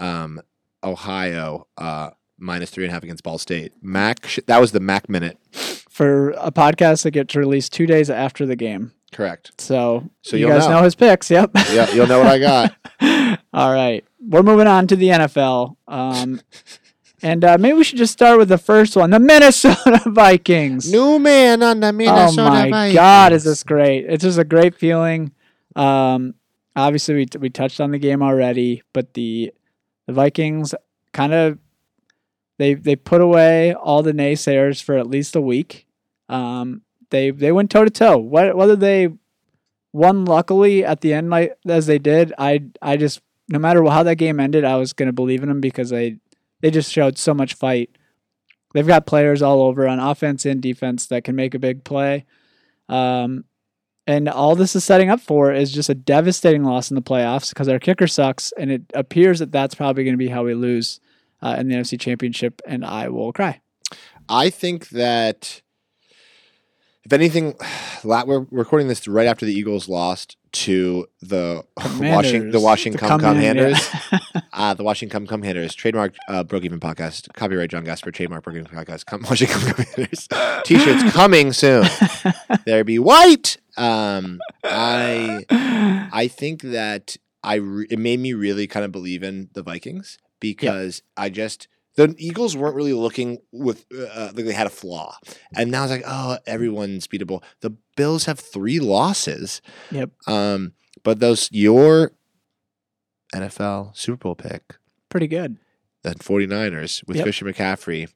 [SPEAKER 3] um, Ohio uh, minus three and a half against Ball State. Mac, sh- that was the Mac minute,
[SPEAKER 2] for a podcast that gets released two days after the game,
[SPEAKER 3] correct?
[SPEAKER 2] so
[SPEAKER 3] So
[SPEAKER 2] you
[SPEAKER 3] you'll
[SPEAKER 2] guys
[SPEAKER 3] know.
[SPEAKER 2] know. his picks. Yep. *laughs*
[SPEAKER 3] Yeah, you'll know what I got.
[SPEAKER 2] All right, we're moving on to the NFL. Um, And uh, maybe we should just start with the first one, the Minnesota *laughs* Vikings.
[SPEAKER 3] New man on the Minnesota
[SPEAKER 2] oh my
[SPEAKER 3] Vikings.
[SPEAKER 2] god, is this great? It's just a great feeling. Um, obviously, we we touched on the game already, but the the Vikings kind of they they put away all the naysayers for at least a week. Um, they they went toe to toe. Whether they won luckily at the end like as they did, I I just no matter how that game ended, I was gonna believe in them because they they just showed so much fight. They've got players all over on offense and defense that can make a big play. Um, and all this is setting up for is just a devastating loss in the playoffs because our kicker sucks, and it appears that that's probably going to be how we lose uh, in the NFC Championship, and I will cry.
[SPEAKER 3] I think that if anything, *sighs* la- we're recording this right after the Eagles lost to the Washington, the
[SPEAKER 2] Commanders.
[SPEAKER 3] Washington Cum
[SPEAKER 2] Come
[SPEAKER 3] Cum
[SPEAKER 2] in, yeah. *laughs*
[SPEAKER 3] Handers. Uh, the Washington Cum Cum Handers, trademark uh, Broke Even Podcast, copyright John Gasper, trademark Broke Even Podcast, Cum *laughs* Washington Cum Cum Handers. T shirts coming soon. there be white. Um, I. *laughs* I think that I re- it made me really kind of believe in the Vikings because I just the Eagles weren't really looking with uh, like they had a flaw, and now it's like oh everyone's beatable. The Bills have three losses.
[SPEAKER 2] Yep.
[SPEAKER 3] Um, but those your NFL Super Bowl pick,
[SPEAKER 2] Pretty good.
[SPEAKER 3] the 49ers with
[SPEAKER 2] Yep.
[SPEAKER 3] Christian McCaffrey.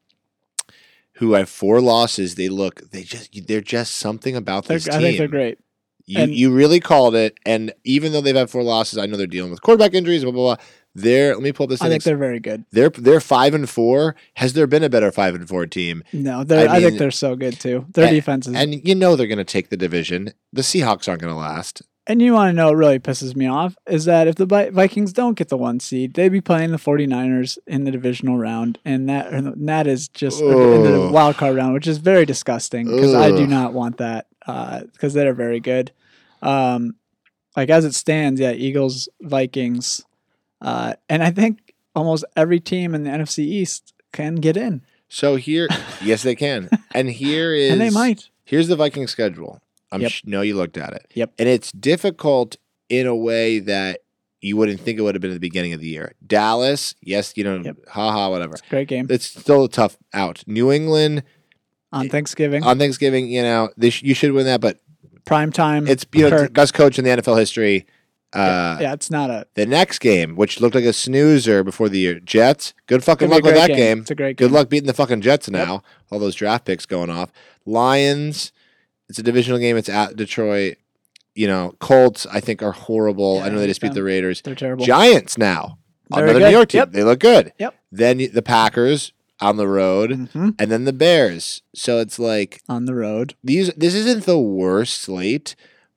[SPEAKER 3] Who have four losses? They look. They just. They're just something about
[SPEAKER 2] They're,
[SPEAKER 3] this
[SPEAKER 2] I
[SPEAKER 3] team.
[SPEAKER 2] think they're great.
[SPEAKER 3] You
[SPEAKER 2] And-
[SPEAKER 3] you really called it, and even though they've had four losses, I know they're dealing with quarterback injuries. Blah blah blah. They're let me pull up this.
[SPEAKER 2] I think
[SPEAKER 3] index.
[SPEAKER 2] they're very good.
[SPEAKER 3] they're they're five and four. Has there been a better five and four team?
[SPEAKER 2] No, they're,
[SPEAKER 3] I
[SPEAKER 2] I, think
[SPEAKER 3] mean- eh,
[SPEAKER 2] they're so good too. Their
[SPEAKER 3] And-
[SPEAKER 2] defense is
[SPEAKER 3] And you know they're going to take the division. The Seahawks aren't going to last.
[SPEAKER 2] And you want to know what really pisses me off is that if the Vi- Vikings don't get the one seed, they'd be playing the 49ers in the divisional round. And that and that is just in the
[SPEAKER 3] Ugh.
[SPEAKER 2] wild card round, which is very disgusting because I do
[SPEAKER 3] Ugh.
[SPEAKER 2] not want that because they're very good. Um, like as it stands, yeah, Eagles, Vikings. Uh, and I think almost every team in the NFC East can get in. *laughs*
[SPEAKER 3] So here, yes, they can. And here is
[SPEAKER 2] and they might.
[SPEAKER 3] Here's the Viking schedule. I'm
[SPEAKER 2] Yep.
[SPEAKER 3] sh- know you looked at it.
[SPEAKER 2] Yep.
[SPEAKER 3] And it's difficult in a way that you wouldn't think it would have been at the beginning of the year. Dallas, yes, you know,
[SPEAKER 2] Yep.
[SPEAKER 3] haha, whatever.
[SPEAKER 2] It's a great game
[SPEAKER 3] It's still a tough out. New England,
[SPEAKER 2] on Thanksgiving.
[SPEAKER 3] on Thanksgiving. You know, they sh- you should win that, but
[SPEAKER 2] Prime time.
[SPEAKER 3] it's you know
[SPEAKER 2] Kirk.
[SPEAKER 3] Gus coach in the NFL history. Uh,
[SPEAKER 2] Mm. yeah, it's not a.
[SPEAKER 3] The next game, which looked like a snoozer before the year, Jets. Good fucking
[SPEAKER 2] Could be a
[SPEAKER 3] luck with
[SPEAKER 2] great
[SPEAKER 3] that
[SPEAKER 2] game.
[SPEAKER 3] game.
[SPEAKER 2] It's a great game.
[SPEAKER 3] Good luck beating the fucking Jets now. All those draft picks going off. Lions. It's a divisional game. It's at Detroit. You know, Colts. I think are horrible.
[SPEAKER 2] Yeah,
[SPEAKER 3] I know they
[SPEAKER 2] I
[SPEAKER 3] just
[SPEAKER 2] hate
[SPEAKER 3] beat the Raiders.
[SPEAKER 2] They're terrible.
[SPEAKER 3] Giants now.
[SPEAKER 2] Very
[SPEAKER 3] Another
[SPEAKER 2] good.
[SPEAKER 3] New York team.
[SPEAKER 2] Yep.
[SPEAKER 3] They look good.
[SPEAKER 2] Yep.
[SPEAKER 3] Then y- the Packers on the road,
[SPEAKER 2] Mhm.
[SPEAKER 3] and then the Bears. So it's like
[SPEAKER 2] on the road.
[SPEAKER 3] these this isn't the worst slate,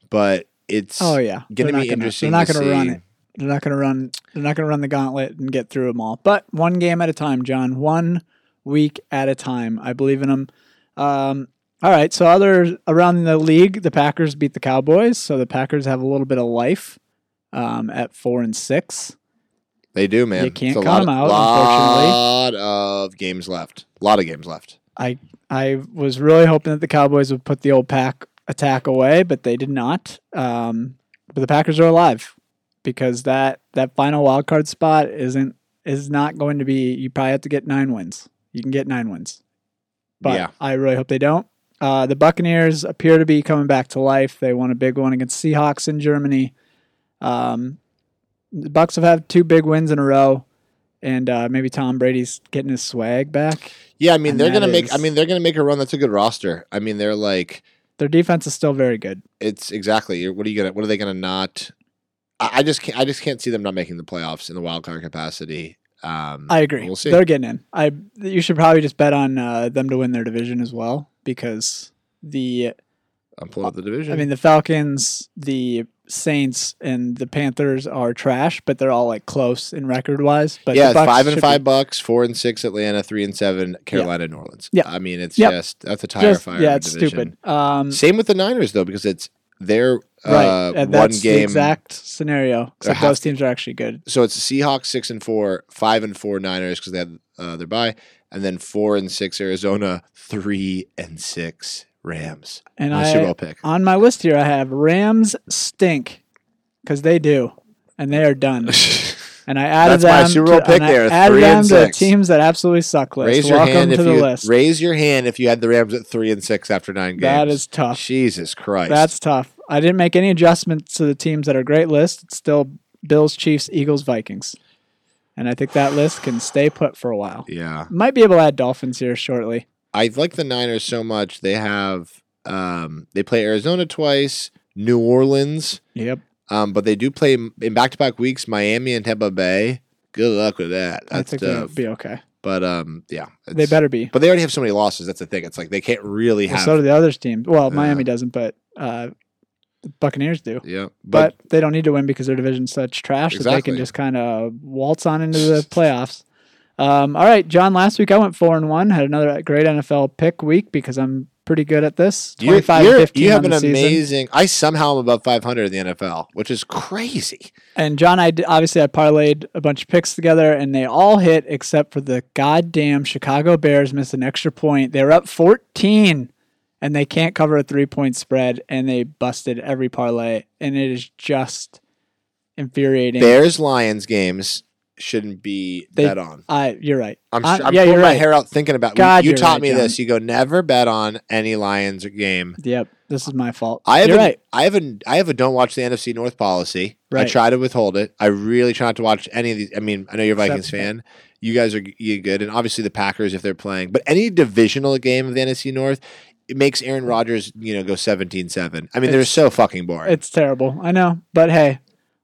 [SPEAKER 3] but it's
[SPEAKER 2] Oh yeah, They're
[SPEAKER 3] gonna
[SPEAKER 2] not
[SPEAKER 3] be interesting.
[SPEAKER 2] They're not
[SPEAKER 3] to
[SPEAKER 2] going to run
[SPEAKER 3] see.
[SPEAKER 2] it. They're not going to run. They're not going to run the gauntlet and get through them all. But one game at a time, John. One week at a time. I believe in them. Um, all right. So other around the league, the Packers beat the Cowboys. So the Packers have a little bit of life um, at four and six.
[SPEAKER 3] They do, man.
[SPEAKER 2] You can't
[SPEAKER 3] It's a
[SPEAKER 2] count
[SPEAKER 3] lot-
[SPEAKER 2] them out,
[SPEAKER 3] Lot of games left. A lot of games left.
[SPEAKER 2] I I was really hoping that the Cowboys would put the old pack attack away, but they did not. Um, but the Packers are alive because that that final wild card spot isn't is not going to be. You probably have to get nine wins. You can get nine wins, but
[SPEAKER 3] Yeah.
[SPEAKER 2] I really hope they don't. Uh, the Buccaneers appear to be coming back to life. They won a big one against Seahawks in Germany. Um, the Bucks have had two big wins in a row, and uh, maybe Tom Brady's getting his swag back.
[SPEAKER 3] Yeah, I mean
[SPEAKER 2] And
[SPEAKER 3] they're
[SPEAKER 2] that
[SPEAKER 3] gonna make. I
[SPEAKER 2] is-
[SPEAKER 3] mean they're gonna make a run. That's a good roster. I mean they're like
[SPEAKER 2] Their defense is still very good.
[SPEAKER 3] it's exactly. you're- What are you gonna? What are they gonna not? I, I just can't. I just can't see them not making the playoffs in the wild card capacity. Um,
[SPEAKER 2] I agree.
[SPEAKER 3] We'll see.
[SPEAKER 2] They're getting in. I you should probably just bet on uh, them to win their division as well because the
[SPEAKER 3] I'm pulling up the division.
[SPEAKER 2] I mean the Falcons, the Saints, and the Panthers are trash, but they're all like close in record wise. But the
[SPEAKER 3] yeah,
[SPEAKER 2] Bucks
[SPEAKER 3] five
[SPEAKER 2] should
[SPEAKER 3] and
[SPEAKER 2] be-
[SPEAKER 3] five bucks, four and six Atlanta, three and seven Carolina, New Orleans.
[SPEAKER 2] Yeah.
[SPEAKER 3] I mean it's
[SPEAKER 2] Yep.
[SPEAKER 3] just that's a tire
[SPEAKER 2] just,
[SPEAKER 3] fire.
[SPEAKER 2] yeah,
[SPEAKER 3] of a
[SPEAKER 2] it's
[SPEAKER 3] division.
[SPEAKER 2] stupid. Um,
[SPEAKER 3] Same with the Niners though, because it's their
[SPEAKER 2] right,
[SPEAKER 3] uh,
[SPEAKER 2] and
[SPEAKER 3] one
[SPEAKER 2] that's the
[SPEAKER 3] game.
[SPEAKER 2] exact scenario. Except
[SPEAKER 3] half-
[SPEAKER 2] those teams are actually good.
[SPEAKER 3] So it's Seahawks six and four, five and four Niners because they had uh, their bye, and then four and six Arizona, three and six Rams.
[SPEAKER 2] And
[SPEAKER 3] My Super
[SPEAKER 2] I um,
[SPEAKER 3] Bowl pick. *laughs*
[SPEAKER 2] on my list here I have Rams stink because they do, and they are
[SPEAKER 3] *laughs*
[SPEAKER 2] done. And I added
[SPEAKER 3] That's my
[SPEAKER 2] them
[SPEAKER 3] Super Bowl
[SPEAKER 2] to,
[SPEAKER 3] pick
[SPEAKER 2] and I
[SPEAKER 3] there,
[SPEAKER 2] added
[SPEAKER 3] three and
[SPEAKER 2] them to the
[SPEAKER 3] six.
[SPEAKER 2] teams that absolutely suck list.
[SPEAKER 3] raise your
[SPEAKER 2] Welcome
[SPEAKER 3] hand
[SPEAKER 2] to
[SPEAKER 3] if
[SPEAKER 2] the
[SPEAKER 3] you
[SPEAKER 2] list.
[SPEAKER 3] raise your hand if you had the Rams at three and six after nine games.
[SPEAKER 2] that is tough.
[SPEAKER 3] Jesus Christ.
[SPEAKER 2] That's tough. I didn't make any adjustments to the teams that are great list. It's still Bills, Chiefs, Eagles, Vikings. And I think that list can stay put for a while.
[SPEAKER 3] yeah.
[SPEAKER 2] Might be able to add Dolphins here shortly.
[SPEAKER 3] I like the Niners so much. They have um, they play Arizona twice, New Orleans,
[SPEAKER 2] Yep.
[SPEAKER 3] um, but they do play m- in back to back weeks Miami and Tampa Bay. Good luck with that.
[SPEAKER 2] I
[SPEAKER 3] That's
[SPEAKER 2] think
[SPEAKER 3] tough.
[SPEAKER 2] that'll be okay.
[SPEAKER 3] But um, yeah,
[SPEAKER 2] They
[SPEAKER 3] it's-
[SPEAKER 2] better be.
[SPEAKER 3] But they already have so many losses. That's the thing. It's like they can't really
[SPEAKER 2] Well,
[SPEAKER 3] have.
[SPEAKER 2] so do the others teams. Well,
[SPEAKER 3] Yeah.
[SPEAKER 2] Miami doesn't, but uh, the Buccaneers do.
[SPEAKER 3] yeah, but,
[SPEAKER 2] But, they don't need to win because their division's such trash that they
[SPEAKER 3] Exactly.
[SPEAKER 2] can just kind of waltz on into the playoffs. Um, all right, John. Last week I went four and one. Had another great NFL pick week because I'm pretty good at this.
[SPEAKER 3] you're,
[SPEAKER 2] 25
[SPEAKER 3] you're-
[SPEAKER 2] 15
[SPEAKER 3] you have
[SPEAKER 2] on
[SPEAKER 3] an
[SPEAKER 2] the season.
[SPEAKER 3] amazing. I somehow am above 500 in the NFL, which is crazy.
[SPEAKER 2] And John, I d- obviously I parlayed a bunch of picks together, and they all hit except for the goddamn Chicago Bears missed an extra point. They were up 14, and they can't cover a three point spread, and they busted every parlay, and it is just infuriating.
[SPEAKER 3] Bears Lions games shouldn't be
[SPEAKER 2] They-
[SPEAKER 3] bet on.
[SPEAKER 2] I, you're right.
[SPEAKER 3] I'm,
[SPEAKER 2] I-
[SPEAKER 3] sh- I'm
[SPEAKER 2] yeah,
[SPEAKER 3] pulling
[SPEAKER 2] you're
[SPEAKER 3] my
[SPEAKER 2] right.
[SPEAKER 3] hair out thinking about.
[SPEAKER 2] God,
[SPEAKER 3] you
[SPEAKER 2] you're
[SPEAKER 3] taught
[SPEAKER 2] right,
[SPEAKER 3] me
[SPEAKER 2] John.
[SPEAKER 3] this. You go never bet on any Lions game.
[SPEAKER 2] Yep, this is my fault.
[SPEAKER 3] I have
[SPEAKER 2] you're
[SPEAKER 3] a,
[SPEAKER 2] right.
[SPEAKER 3] I have a, I have a don't watch the NFC North policy. I
[SPEAKER 2] Right.
[SPEAKER 3] try to withhold it. I really try not to watch any of these. I mean, I know you're a Vikings
[SPEAKER 2] Except-
[SPEAKER 3] fan. You guys are g- you good, and obviously the Packers if they're playing. But any divisional game of the NFC North, it makes Aaron Rodgers you know go 17-7. I mean, they're
[SPEAKER 2] It's-
[SPEAKER 3] so fucking boring.
[SPEAKER 2] It's terrible. I know, but hey,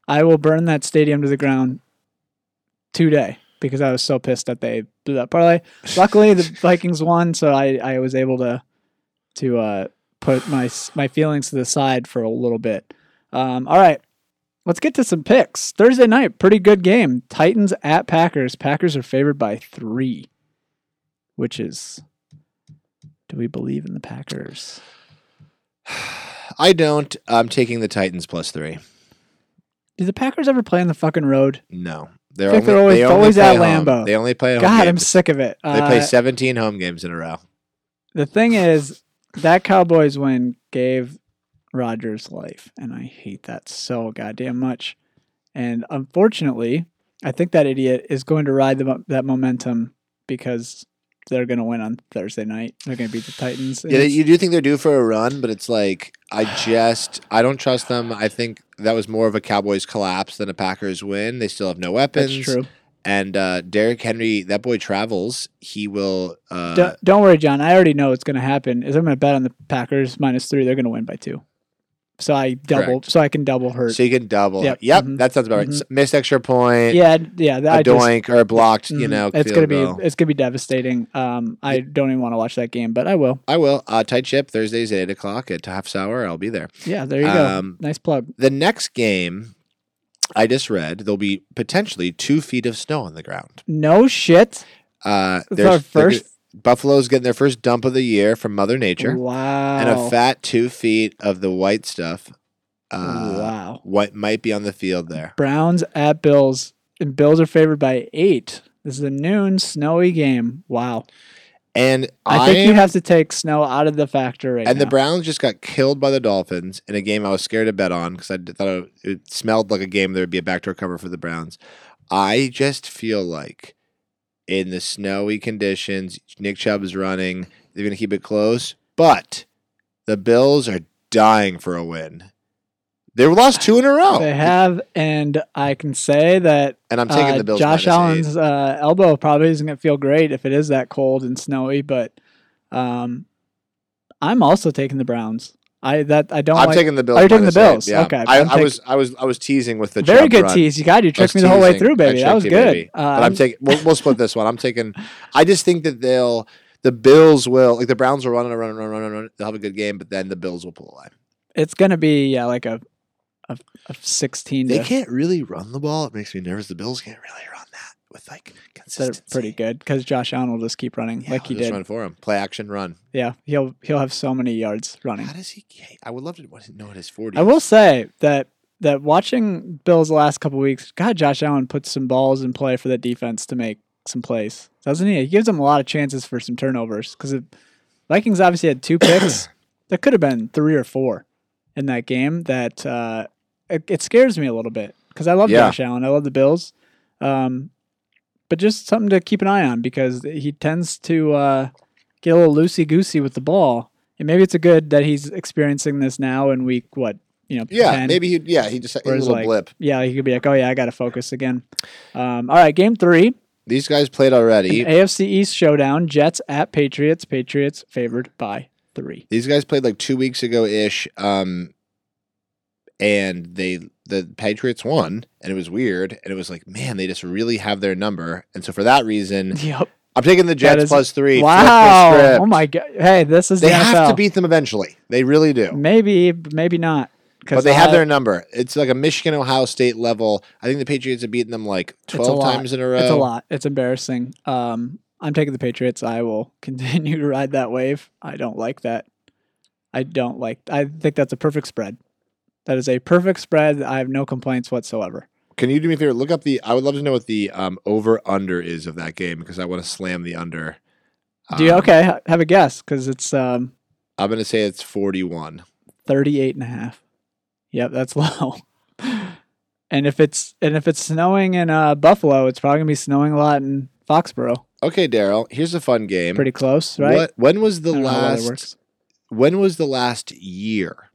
[SPEAKER 2] I will burn that stadium to the ground today because I was so pissed that they blew that parlay. Luckily, the Vikings won, so I, I was able to to uh, put my s- my feelings to the side for a little bit. Um, all right, let's get to some picks. Thursday night, pretty good game. Titans at Packers. Packers are favored by three, which is. Do we believe in the Packers?
[SPEAKER 3] I don't. I'm taking the Titans plus three.
[SPEAKER 2] Do the Packers ever play on the fucking road?
[SPEAKER 3] No, they're
[SPEAKER 2] I think they're always-
[SPEAKER 3] they
[SPEAKER 2] it's always
[SPEAKER 3] play
[SPEAKER 2] at
[SPEAKER 3] home.
[SPEAKER 2] Lambeau.
[SPEAKER 3] They only play home.
[SPEAKER 2] God, I'm
[SPEAKER 3] games.
[SPEAKER 2] sick of it.
[SPEAKER 3] they play
[SPEAKER 2] Uh,
[SPEAKER 3] 17 home games in a row.
[SPEAKER 2] the thing is, that Cowboys win gave Rodgers life, and I hate that so goddamn much. And unfortunately, I think that idiot is going to ride the, mo- that momentum because they're going to win on Thursday night. They're going to beat the Titans. and
[SPEAKER 3] Yeah,
[SPEAKER 2] it's-
[SPEAKER 3] you do think they're due for a run, but it's like I just I don't trust them. I think that was more of a Cowboys collapse than a Packers win. They still have no weapons.
[SPEAKER 2] that's true.
[SPEAKER 3] And uh, Derrick Henry, that boy travels. He will. Uh,
[SPEAKER 2] Don't, don't worry, John. I already know what's going to happen. Is I'm going to bet on the Packers minus three. They're going to win by two. So I double. So I can double hurt.
[SPEAKER 3] so you can double.
[SPEAKER 2] Yep,
[SPEAKER 3] Yep,
[SPEAKER 2] mhm,
[SPEAKER 3] that sounds about right.
[SPEAKER 2] mhm.
[SPEAKER 3] S- Missed extra point.
[SPEAKER 2] yeah, yeah. That,
[SPEAKER 3] a
[SPEAKER 2] I just,
[SPEAKER 3] doink or a blocked. You
[SPEAKER 2] Mhm.
[SPEAKER 3] know,
[SPEAKER 2] it's
[SPEAKER 3] field
[SPEAKER 2] gonna
[SPEAKER 3] goal.
[SPEAKER 2] be it's gonna be devastating. Um, I don't even want to watch that game, but I will.
[SPEAKER 3] I will. Uh, tight ship Thursdays at eight o'clock at half hour. I'll be there.
[SPEAKER 2] Yeah, there you
[SPEAKER 3] Um,
[SPEAKER 2] go. Nice plug.
[SPEAKER 3] The next game, I just read there'll be potentially two feet of snow on the ground.
[SPEAKER 2] No shit.
[SPEAKER 3] Uh,
[SPEAKER 2] It's our
[SPEAKER 3] there's- they're gonna-
[SPEAKER 2] first.
[SPEAKER 3] Buffalo's getting their first dump of the year from Mother Nature,
[SPEAKER 2] Wow.
[SPEAKER 3] and a fat two feet of the white stuff. Uh,
[SPEAKER 2] wow.
[SPEAKER 3] What might be on the field there?
[SPEAKER 2] Browns at Bills, and Bills are favored by eight. This is a noon snowy game. Wow.
[SPEAKER 3] And
[SPEAKER 2] I,
[SPEAKER 3] I,
[SPEAKER 2] think you have to take snow out of the factor right
[SPEAKER 3] and
[SPEAKER 2] now.
[SPEAKER 3] the Browns just got killed by the Dolphins in a game I was scared to bet on because I d- thought it, it smelled like a game there would be a backdoor cover for the Browns. I just feel like in the snowy conditions, Nick Chubb is running. They're going to keep it close, but the Bills are dying for a win. They lost two in a row.
[SPEAKER 2] they have, and I can say that
[SPEAKER 3] And I'm taking
[SPEAKER 2] uh,
[SPEAKER 3] the Bills.
[SPEAKER 2] Josh
[SPEAKER 3] minus eight.
[SPEAKER 2] Allen's uh, elbow probably isn't going to feel great if it is that cold and snowy. But um, I'm also taking the Browns. I that I don't
[SPEAKER 3] I'm
[SPEAKER 2] like.
[SPEAKER 3] taking the Bills.
[SPEAKER 2] Oh, you're taking
[SPEAKER 3] minus
[SPEAKER 2] the Bills.
[SPEAKER 3] eight, yeah.
[SPEAKER 2] Okay,
[SPEAKER 3] I,
[SPEAKER 2] I'm
[SPEAKER 3] I
[SPEAKER 2] taking-
[SPEAKER 3] was I was I was teasing with the
[SPEAKER 2] very
[SPEAKER 3] Chubb
[SPEAKER 2] good
[SPEAKER 3] run.
[SPEAKER 2] tease. You got it. You
[SPEAKER 3] I was
[SPEAKER 2] tricked me the whole way
[SPEAKER 3] teasing.
[SPEAKER 2] through, baby.
[SPEAKER 3] I
[SPEAKER 2] That was
[SPEAKER 3] tricked you,
[SPEAKER 2] good. Um,
[SPEAKER 3] baby. but I'm taking. We'll, we'll split this one. I'm taking. I just think that they'll. The Bills will like the Browns will run and run and run and run and run. They'll have a good game, but then the Bills will pull away.
[SPEAKER 2] it's going to be yeah, like a a, a 16.
[SPEAKER 3] They
[SPEAKER 2] to-
[SPEAKER 3] can't really run the ball. It makes me nervous. The Bills can't really run that with like
[SPEAKER 2] They're
[SPEAKER 3] consistency.
[SPEAKER 2] pretty good because Josh Allen will just keep running
[SPEAKER 3] Yeah,
[SPEAKER 2] like he
[SPEAKER 3] just
[SPEAKER 2] did.
[SPEAKER 3] Run for him. Play action run.
[SPEAKER 2] Yeah, he'll he'll have so many yards running.
[SPEAKER 3] How does he? I would love to know what his forty.
[SPEAKER 2] I will say that that watching Bills the last couple weeks, God, Josh Allen puts some balls in play for that defense to make some plays, doesn't he? He gives them a lot of chances for some turnovers because the Vikings obviously had two picks.
[SPEAKER 3] *coughs*
[SPEAKER 2] there could have been three or four in that game. That uh, it, it scares me a little bit because I love
[SPEAKER 3] Yeah.
[SPEAKER 2] Josh Allen. I love the Bills, um, but just something to keep an eye on because he tends to uh, get a little loosey goosey with the ball. And maybe it's a good that he's experiencing this now in week what you know.
[SPEAKER 3] Yeah,
[SPEAKER 2] 10.
[SPEAKER 3] maybe he. Yeah, he just a
[SPEAKER 2] Whereas,
[SPEAKER 3] little
[SPEAKER 2] like-
[SPEAKER 3] blip.
[SPEAKER 2] Yeah, he could be like, oh yeah, I got to focus again. Um, all right, game three,
[SPEAKER 3] These guys played already.
[SPEAKER 2] an AFC East showdown: Jets at Patriots. Patriots favored by three.
[SPEAKER 3] These guys played like two weeks ago ish, um, and they the Patriots
[SPEAKER 2] *laughs*
[SPEAKER 3] won, and it was weird, and it was like, man, they just really have their number, and so for that reason,
[SPEAKER 2] Yep.
[SPEAKER 3] I'm taking the Jets
[SPEAKER 2] is-
[SPEAKER 3] plus three. Flip the
[SPEAKER 2] Wow.
[SPEAKER 3] script.
[SPEAKER 2] Oh my god. Hey, this is
[SPEAKER 3] They
[SPEAKER 2] the
[SPEAKER 3] have
[SPEAKER 2] NFL.
[SPEAKER 3] to beat them eventually. They really do.
[SPEAKER 2] maybe, maybe not. Mm, 'Cause
[SPEAKER 3] But they have
[SPEAKER 2] I-
[SPEAKER 3] their number. It's like a Michigan Ohio State level. I think the Patriots have beaten them like
[SPEAKER 2] it's a
[SPEAKER 3] 12
[SPEAKER 2] lot.
[SPEAKER 3] times in a row.
[SPEAKER 2] It's a lot. It's embarrassing. Um, I'm taking the Patriots. I will *laughs* continue to ride that wave. I don't like that. I don't like. I think that's a perfect spread. That is a perfect spread. I have no complaints whatsoever.
[SPEAKER 3] Can you do me a favor? Look up the. I would love to know what the um, over under is of that game because I want to slam the under.
[SPEAKER 2] Do you
[SPEAKER 3] Um,
[SPEAKER 2] okay? ha- Have a guess because it's um,
[SPEAKER 3] I'm going to say it's 41.
[SPEAKER 2] 38 and a half. Yep, that's *laughs* low. and if it's and if it's snowing in uh, Buffalo, it's probably gonna be snowing a lot in Foxborough.
[SPEAKER 3] Okay, Daryl. Here's a fun game.
[SPEAKER 2] Pretty close, right?
[SPEAKER 3] What? When was the
[SPEAKER 2] I don't know how well that
[SPEAKER 3] last?
[SPEAKER 2] works.
[SPEAKER 3] When was the last year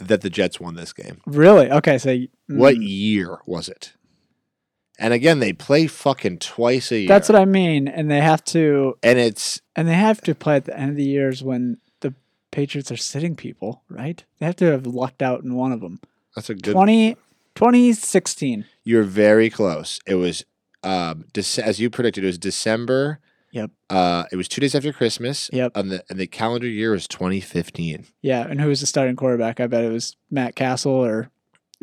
[SPEAKER 3] that the Jets won this game?
[SPEAKER 2] Really? Okay, so mm,
[SPEAKER 3] What year was it? And again, they play fucking twice a year.
[SPEAKER 2] That's what I mean, and they have to
[SPEAKER 3] and it's
[SPEAKER 2] and they have to play at the end of the years when the Patriots are sitting people, right? They have to have lucked out in one of them.
[SPEAKER 3] that's a good.
[SPEAKER 2] 20, 2016.
[SPEAKER 3] You're very close. It was um, Dece- as you predicted. It was December.
[SPEAKER 2] Yep.
[SPEAKER 3] Uh, it was two days after Christmas.
[SPEAKER 2] Yep.
[SPEAKER 3] And the and the calendar year was 2015.
[SPEAKER 2] Yeah, and who was the starting quarterback? I bet it was Matt Castle or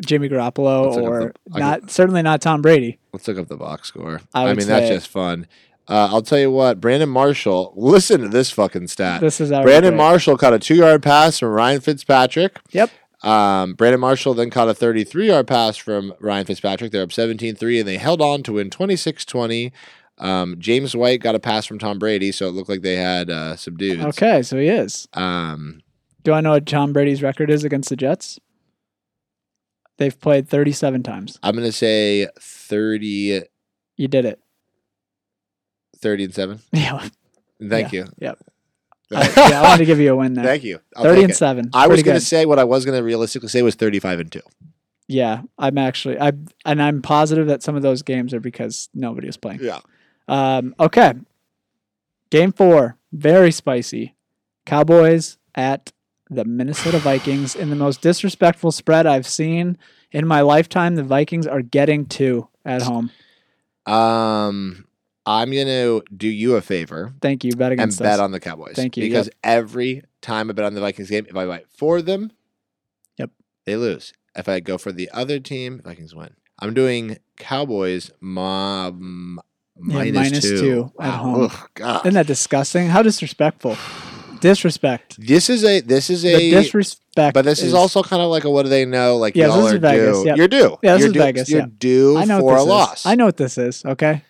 [SPEAKER 2] Jimmy Garoppolo
[SPEAKER 3] Let's look up
[SPEAKER 2] or
[SPEAKER 3] the- I
[SPEAKER 2] not certainly not Tom Brady.
[SPEAKER 3] Let's look up the box score.
[SPEAKER 2] I
[SPEAKER 3] I
[SPEAKER 2] would
[SPEAKER 3] mean, that's
[SPEAKER 2] say-
[SPEAKER 3] just fun. Uh, I'll tell you what, Brandon Marshall. Listen to this fucking stat.
[SPEAKER 2] This is our
[SPEAKER 3] Brandon Marshall caught a two-yard pass from Ryan Fitzpatrick.
[SPEAKER 2] Yep.
[SPEAKER 3] Um, Brandon Marshall then caught a 33 yard pass from Ryan Fitzpatrick. They're up 17 3, and they held on to win 26 20. Um, James White got a pass from Tom Brady, so it looked like they had uh, some dudes.
[SPEAKER 2] Okay, so he is.
[SPEAKER 3] Um,
[SPEAKER 2] Do I know what Tom Brady's record is against the Jets? They've played 37 times.
[SPEAKER 3] I'm going to say 30,
[SPEAKER 2] You did it. *laughs*
[SPEAKER 3] 30 and 7. *laughs*
[SPEAKER 2] Yeah,
[SPEAKER 3] Thank you. *laughs*
[SPEAKER 2] yep. I, yeah, I wanted to give you a win there.
[SPEAKER 3] Thank you. I'll
[SPEAKER 2] 30
[SPEAKER 3] take
[SPEAKER 2] and
[SPEAKER 3] it.
[SPEAKER 2] 7.
[SPEAKER 3] I was
[SPEAKER 2] Pretty
[SPEAKER 3] going to
[SPEAKER 2] good.
[SPEAKER 3] say what I was going to realistically say was 35 and 2.
[SPEAKER 2] Yeah, I'm actually I and I'm positive that some of those games are because nobody was playing.
[SPEAKER 3] Yeah.
[SPEAKER 2] Um, okay. Game four, very spicy. Cowboys at the Minnesota Vikings in the most disrespectful spread I've seen in my lifetime. The Vikings are getting two at home.
[SPEAKER 3] Um, I'm going to do you a favor.
[SPEAKER 2] Thank you. Bet
[SPEAKER 3] and
[SPEAKER 2] against
[SPEAKER 3] bet
[SPEAKER 2] us.
[SPEAKER 3] on the Cowboys.
[SPEAKER 2] Thank you,
[SPEAKER 3] Because every time I bet on the Vikings game, if I bet for them,
[SPEAKER 2] Yep.
[SPEAKER 3] they lose. If I go for the other team, Vikings win. I'm doing Cowboys mom
[SPEAKER 2] minus
[SPEAKER 3] two.
[SPEAKER 2] two at home.
[SPEAKER 3] Ugh, God.
[SPEAKER 2] Isn't that disgusting? How disrespectful? Disrespect.
[SPEAKER 3] this is a this is
[SPEAKER 2] The
[SPEAKER 3] a
[SPEAKER 2] disrespect.
[SPEAKER 3] but this is, also kind of like a what do they know? Like
[SPEAKER 2] Yeah,
[SPEAKER 3] y'all
[SPEAKER 2] this
[SPEAKER 3] are
[SPEAKER 2] is Vegas,
[SPEAKER 3] due.
[SPEAKER 2] yeah.
[SPEAKER 3] You're due.
[SPEAKER 2] Yeah, this
[SPEAKER 3] you're
[SPEAKER 2] is
[SPEAKER 3] due,
[SPEAKER 2] Vegas,
[SPEAKER 3] You're
[SPEAKER 2] yeah.
[SPEAKER 3] due
[SPEAKER 2] I know what
[SPEAKER 3] for a
[SPEAKER 2] this is.
[SPEAKER 3] loss.
[SPEAKER 2] I know what this is. Okay.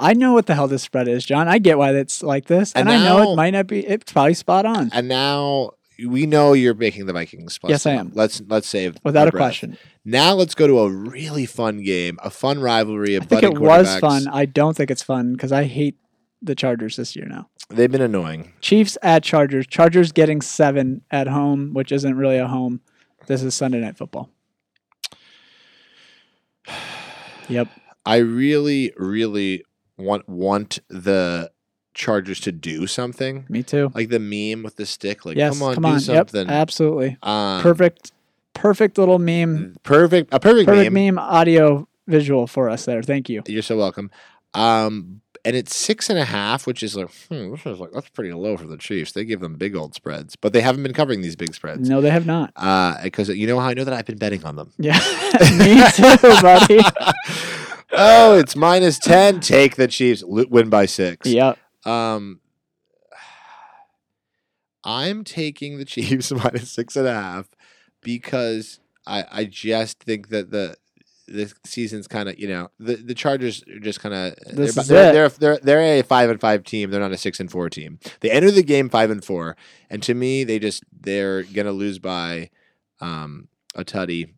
[SPEAKER 2] I know what the hell this spread is, John. I get why it's like this, and,
[SPEAKER 3] And
[SPEAKER 2] I know
[SPEAKER 3] now-
[SPEAKER 2] it might not be. It's probably spot on,
[SPEAKER 3] And now we know you're making the Vikings plus.
[SPEAKER 2] Yes, I
[SPEAKER 3] one.
[SPEAKER 2] am.
[SPEAKER 3] Let's let's save
[SPEAKER 2] without
[SPEAKER 3] our
[SPEAKER 2] a
[SPEAKER 3] breath.
[SPEAKER 2] question.
[SPEAKER 3] Now let's go to a really fun game, a fun rivalry. Of
[SPEAKER 2] I think
[SPEAKER 3] budding
[SPEAKER 2] it was
[SPEAKER 3] quarterbacks.
[SPEAKER 2] fun. I don't think it's fun because I hate the Chargers this year now.
[SPEAKER 3] They've been annoying.
[SPEAKER 2] Chiefs at Chargers. Chargers getting seven at home, which isn't really a home. This is Sunday Night Football. Yep.
[SPEAKER 3] I really, really want want the Chargers to do something,
[SPEAKER 2] Me too.
[SPEAKER 3] like the meme with the stick. Like,
[SPEAKER 2] yes.
[SPEAKER 3] come on, do
[SPEAKER 2] Yep.
[SPEAKER 3] something.
[SPEAKER 2] Absolutely.
[SPEAKER 3] Um,
[SPEAKER 2] Perfect. Perfect little meme.
[SPEAKER 3] perfect, a perfect,
[SPEAKER 2] Perfect
[SPEAKER 3] Mm. meme.
[SPEAKER 2] meme audio visual for us there. Thank you.
[SPEAKER 3] You're so welcome. Um, and it's six and a half, which is like, hmm, this is like that's pretty low for the Chiefs. They give them big old spreads, but they haven't been covering these big spreads.
[SPEAKER 2] No, they have not.
[SPEAKER 3] Uh, because you know how I know that I've been betting on them. *laughs*
[SPEAKER 2] Yeah, *laughs* me too, *laughs* buddy.
[SPEAKER 3] oh, it's minus 10. Take the Chiefs. Lo- Win by six.
[SPEAKER 2] yep.
[SPEAKER 3] Um, I'm taking the *laughs* Chiefs minus six and a half because I, I just think that the this season's kind of you know the, the Chargers are just kind of they're,
[SPEAKER 2] This is
[SPEAKER 3] they're,
[SPEAKER 2] it.
[SPEAKER 3] they're they're they're a five and five team they're not a six and four team they enter the game five and four and to me they just they're gonna lose by um, a tutty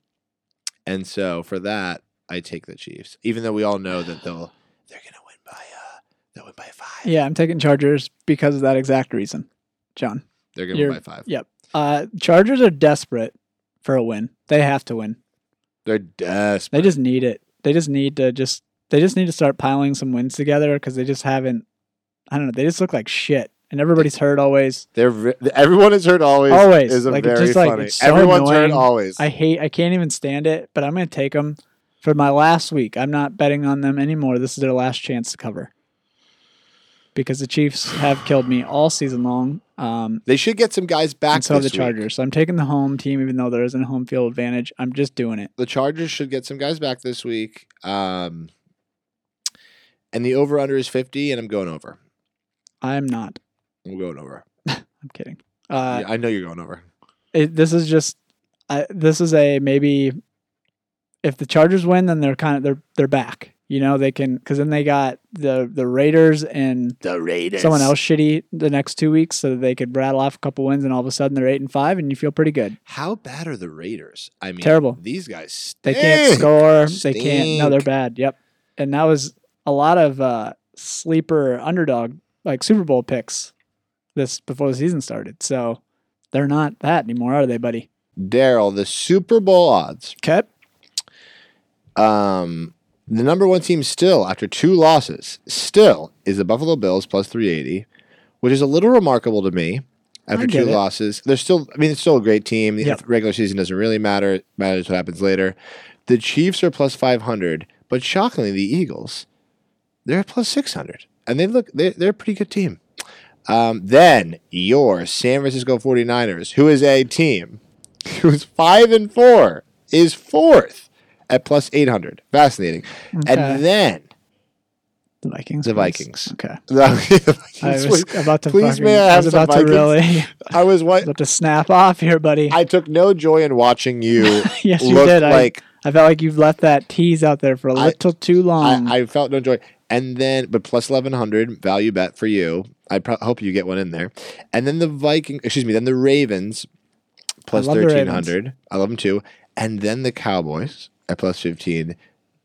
[SPEAKER 3] and so for that I take the Chiefs even though we all know that they'll they're gonna win by uh they'll win by five
[SPEAKER 2] Yeah, I'm taking Chargers because of that exact reason, John.
[SPEAKER 3] They're going to win
[SPEAKER 2] You're-
[SPEAKER 3] by five.
[SPEAKER 2] Yep. Uh, Chargers are desperate for a win. They have to win.
[SPEAKER 3] They're desperate.
[SPEAKER 2] They just need it. They just need to just. They just need to start piling some wins together because they just haven't. I don't know. They just look like shit, and everybody's hurt always.
[SPEAKER 3] They're ve- everyone is hurt always.
[SPEAKER 2] Always.
[SPEAKER 3] is a
[SPEAKER 2] Like, it's
[SPEAKER 3] very
[SPEAKER 2] just like-
[SPEAKER 3] funny.
[SPEAKER 2] it's so
[SPEAKER 3] Everyone's hurt
[SPEAKER 2] annoying.
[SPEAKER 3] always.
[SPEAKER 2] I hate. I can't even stand it. But I'm gonna take them for my last week. I'm not betting on them anymore. This is their last chance to cover. because the Chiefs have killed me all season long. Um,
[SPEAKER 3] They should get some guys back.
[SPEAKER 2] and so have the
[SPEAKER 3] this week.
[SPEAKER 2] Chargers. So I'm taking the home team, even though there isn't a home field advantage. I'm just doing it.
[SPEAKER 3] The Chargers should get some guys back this week. Um, and the over under is fifty, and I'm going over.
[SPEAKER 2] I'm not.
[SPEAKER 3] I'm going over.
[SPEAKER 2] I'm kidding. Uh,
[SPEAKER 3] Yeah, I know you're going over.
[SPEAKER 2] it, this is just I, this is a maybe if the Chargers win, then they're kind of they're they're back. You know they can because then they got the the Raiders and
[SPEAKER 3] The Raiders.
[SPEAKER 2] someone else shitty the next two weeks, so that they could rattle off a couple wins, and all of a sudden they're eight and five, and you feel pretty good.
[SPEAKER 3] How bad are the Raiders? I mean,
[SPEAKER 2] Terrible.
[SPEAKER 3] These guys.
[SPEAKER 2] They can't
[SPEAKER 3] stink.
[SPEAKER 2] score. They can't. No, they're
[SPEAKER 3] Stink.
[SPEAKER 2] bad. Yep. And that was a lot of uh, sleeper underdog like Super Bowl picks this before the season started. So they're not that anymore, are they, buddy?
[SPEAKER 3] Daryl, the Super Bowl odds.
[SPEAKER 2] Okay.
[SPEAKER 3] Um, the number one team still, after two losses, still is the Buffalo Bills plus 380, which is a little remarkable to me. After
[SPEAKER 2] get
[SPEAKER 3] two
[SPEAKER 2] it.
[SPEAKER 3] losses, they're still. I mean, it's still a great team. The
[SPEAKER 2] Yep.
[SPEAKER 3] regular season doesn't really matter. It matters what happens later. The Chiefs are plus 500, but shockingly, the Eagles, they're plus 600, and they look they they're a pretty good team. Um, then your San Francisco 49ers, who is a team *laughs* who's five and four, is fourth at plus 800. Fascinating.
[SPEAKER 2] Okay.
[SPEAKER 3] And then *laughs*
[SPEAKER 2] The Vikings.
[SPEAKER 3] The
[SPEAKER 2] please.
[SPEAKER 3] Vikings.
[SPEAKER 2] Okay.
[SPEAKER 3] the
[SPEAKER 2] I
[SPEAKER 3] Vikings.
[SPEAKER 2] was about to
[SPEAKER 3] please
[SPEAKER 2] fucking,
[SPEAKER 3] may I
[SPEAKER 2] I
[SPEAKER 3] have
[SPEAKER 2] was
[SPEAKER 3] some
[SPEAKER 2] about to
[SPEAKER 3] Vikings?
[SPEAKER 2] really *laughs*
[SPEAKER 3] I was what
[SPEAKER 2] about to snap off here, buddy.
[SPEAKER 3] I took no joy in watching you.
[SPEAKER 2] *laughs* yes, you
[SPEAKER 3] look
[SPEAKER 2] did.
[SPEAKER 3] Like
[SPEAKER 2] I, I felt like you've left that tease out there for a
[SPEAKER 3] I-
[SPEAKER 2] little too long.
[SPEAKER 3] I, I felt no joy. And then, but plus 1100 value bet for you. I pro- hope you get one in there. And then the Viking, excuse me, then the Ravens plus
[SPEAKER 2] love the Ravens.
[SPEAKER 3] 1300. I love them too. And then the Cowboys at plus 15,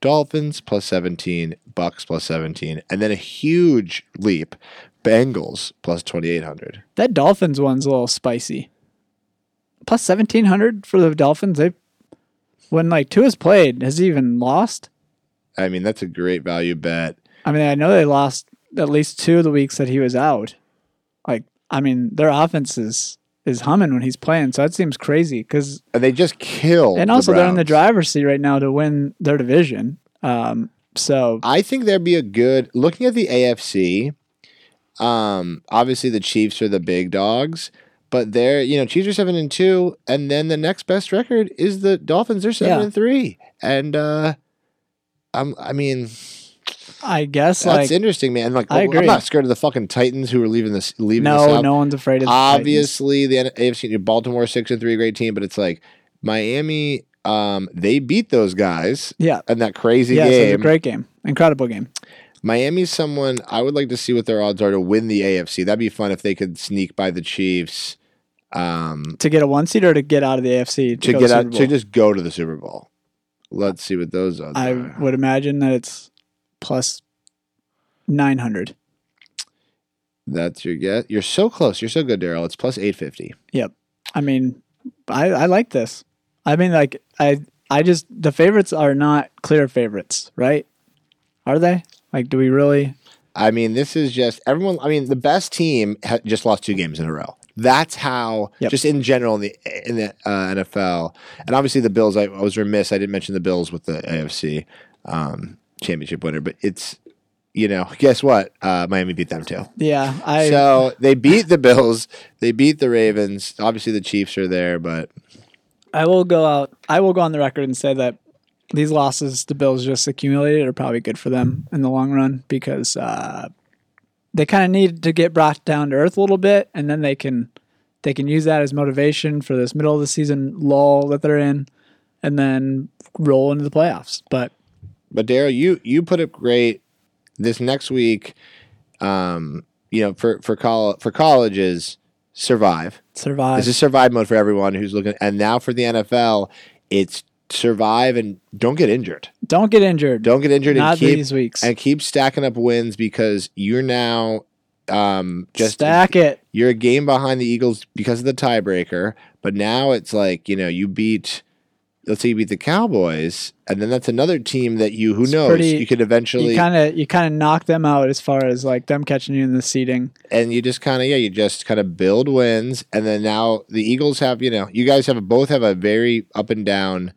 [SPEAKER 3] Dolphins plus 17, Bucks plus 17. And then a huge leap, Bengals plus 2800.
[SPEAKER 2] that Dolphins one's a little spicy. Plus seventeen hundred for the Dolphins. They when like Tua's played, has he even lost?
[SPEAKER 3] I mean, that's a great value bet.
[SPEAKER 2] I mean, I know they lost at least two of the weeks that he was out. Like, I mean, their offense is is humming when he's playing, so that seems crazy because
[SPEAKER 3] And they just killed.
[SPEAKER 2] and also they're in the
[SPEAKER 3] Browns.
[SPEAKER 2] driver's seat right now to win their division. Um, so
[SPEAKER 3] I think there'd be a good looking at the AFC. Um, obviously the Chiefs are the big dogs, but they're you know Chiefs are seven and two, and then the next best record is the Dolphins. They're seven
[SPEAKER 2] Yeah.
[SPEAKER 3] and three, and uh, I'm I mean
[SPEAKER 2] I guess
[SPEAKER 3] that's
[SPEAKER 2] like
[SPEAKER 3] interesting, man. Like
[SPEAKER 2] I
[SPEAKER 3] I
[SPEAKER 2] agree.
[SPEAKER 3] am not scared of the fucking Titans who are leaving this leaving the
[SPEAKER 2] no,
[SPEAKER 3] South.
[SPEAKER 2] no one's afraid of the Titans.
[SPEAKER 3] obviously the N- AFC Baltimore six and three great team, but it's like Miami. Um, they beat those guys
[SPEAKER 2] Yeah,
[SPEAKER 3] in that crazy
[SPEAKER 2] yeah, so it's a
[SPEAKER 3] game.
[SPEAKER 2] great game, incredible game.
[SPEAKER 3] Miami's someone I would like to see what their odds are to win the AFC. That'd be fun if they could sneak by the Chiefs um,
[SPEAKER 2] To get a one seater to get out of the AFC
[SPEAKER 3] to
[SPEAKER 2] go
[SPEAKER 3] get
[SPEAKER 2] the
[SPEAKER 3] out
[SPEAKER 2] Super
[SPEAKER 3] to
[SPEAKER 2] Bowl.
[SPEAKER 3] just go to the Super Bowl. Let's see what those odds
[SPEAKER 2] I
[SPEAKER 3] are.
[SPEAKER 2] would imagine that it's plus nine hundred.
[SPEAKER 3] That's your guess. You're so close. You're so good, Daryl. It's plus eight fifty.
[SPEAKER 2] I mean, I I like this. I mean, like I I just the favorites are not clear favorites, right? Are they? Like, do we really?
[SPEAKER 3] I mean, this is just everyone. I mean, the best team ha- just lost two games in a row. That's how,
[SPEAKER 2] Yep.
[SPEAKER 3] just in general, in the in the uh, NFL, and obviously the Bills. I, I was remiss; I didn't mention the Bills with the AFC um, championship winner. But it's, you know, guess what? Uh, Miami beat them too.
[SPEAKER 2] Yeah, I
[SPEAKER 3] so they beat the Bills. They beat the Ravens. Obviously, the Chiefs are there, but
[SPEAKER 2] I will go out. I will go on the record and say that these losses the Bills just accumulated are probably good for them in the long run because uh, they kind of need to get brought down to earth a little bit, and then they can they can use that as motivation for this middle of the season lull that they're in, and then roll into the playoffs. But
[SPEAKER 3] But Daryl, you you put up great this next week. Um, you know, for for col- for colleges, survive.
[SPEAKER 2] survive.
[SPEAKER 3] This is survive mode for everyone who's looking. And now for the NFL, it's survive and don't get injured.
[SPEAKER 2] Don't get injured.
[SPEAKER 3] Don't get injured
[SPEAKER 2] Not
[SPEAKER 3] and keep
[SPEAKER 2] these weeks.
[SPEAKER 3] and keep stacking up wins because you're now um, just
[SPEAKER 2] Stack it.
[SPEAKER 3] you're a game behind the Eagles because of the tiebreaker. But now it's like you know you beat. Let's say you beat the Cowboys, and then that's another team that you who knows
[SPEAKER 2] pretty-
[SPEAKER 3] you could
[SPEAKER 2] You
[SPEAKER 3] eventually
[SPEAKER 2] kind of you kind of knock them out as far as like them catching you in the seating.
[SPEAKER 3] and you just kind of yeah you just kind of build wins and then now the eagles have you know you guys have both have a very up and down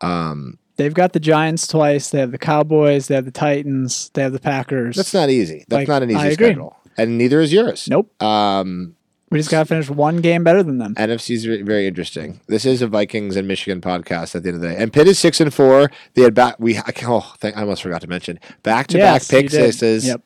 [SPEAKER 3] um
[SPEAKER 2] They've got the Giants twice. They have the Cowboys. They have the Titans. They have the Packers.
[SPEAKER 3] that's not easy that's
[SPEAKER 2] Like,
[SPEAKER 3] not an easy
[SPEAKER 2] I agree.
[SPEAKER 3] schedule and neither is yours.
[SPEAKER 2] Nope.
[SPEAKER 3] Um,
[SPEAKER 2] We just gotta finish one game better than them.
[SPEAKER 3] NFC is ve- very interesting. This is a Vikings and Michigan podcast at the end of the day. And Pitt is six and four. They had back. We I, oh, thank, I almost forgot to mention back to back
[SPEAKER 2] Yes, you
[SPEAKER 3] pick
[SPEAKER 2] did.
[SPEAKER 3] sixes
[SPEAKER 2] Yep.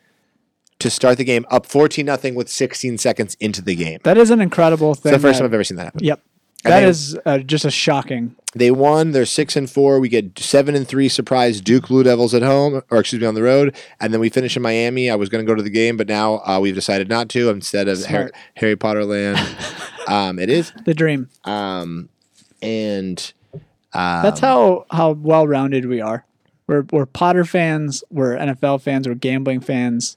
[SPEAKER 3] to start the game up fourteen nothing with sixteen seconds into the game.
[SPEAKER 2] That is an incredible thing.
[SPEAKER 3] It's the first
[SPEAKER 2] that-
[SPEAKER 3] time I've ever seen that happen.
[SPEAKER 2] Yep.
[SPEAKER 3] And
[SPEAKER 2] That
[SPEAKER 3] they-
[SPEAKER 2] is uh, just a shocking.
[SPEAKER 3] They won. They're six and four. We get seven and three. Surprise Duke Blue Devils at home, or excuse me, on the road, and then we finish in Miami. I was going to go to the game, but now uh, we've decided not to. Instead of Har-
[SPEAKER 2] Smart.
[SPEAKER 3] Harry
[SPEAKER 2] *laughs*
[SPEAKER 3] Potter Land, um, it is.
[SPEAKER 2] The dream.
[SPEAKER 3] Um, and uh,
[SPEAKER 2] That's
[SPEAKER 3] Um,
[SPEAKER 2] how how well rounded we are. We're we're Potter fans. We're NFL fans. We're gambling fans.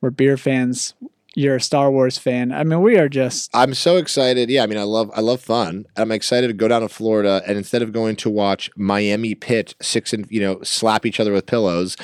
[SPEAKER 2] We're beer fans. You're a Star Wars fan. I mean, we are just
[SPEAKER 3] I'm so excited. Yeah, I mean, I love I love fun. I'm excited to go down to Florida, and instead of going to watch Miami Pitt six and you know slap each other
[SPEAKER 2] *laughs*
[SPEAKER 3] with pillows,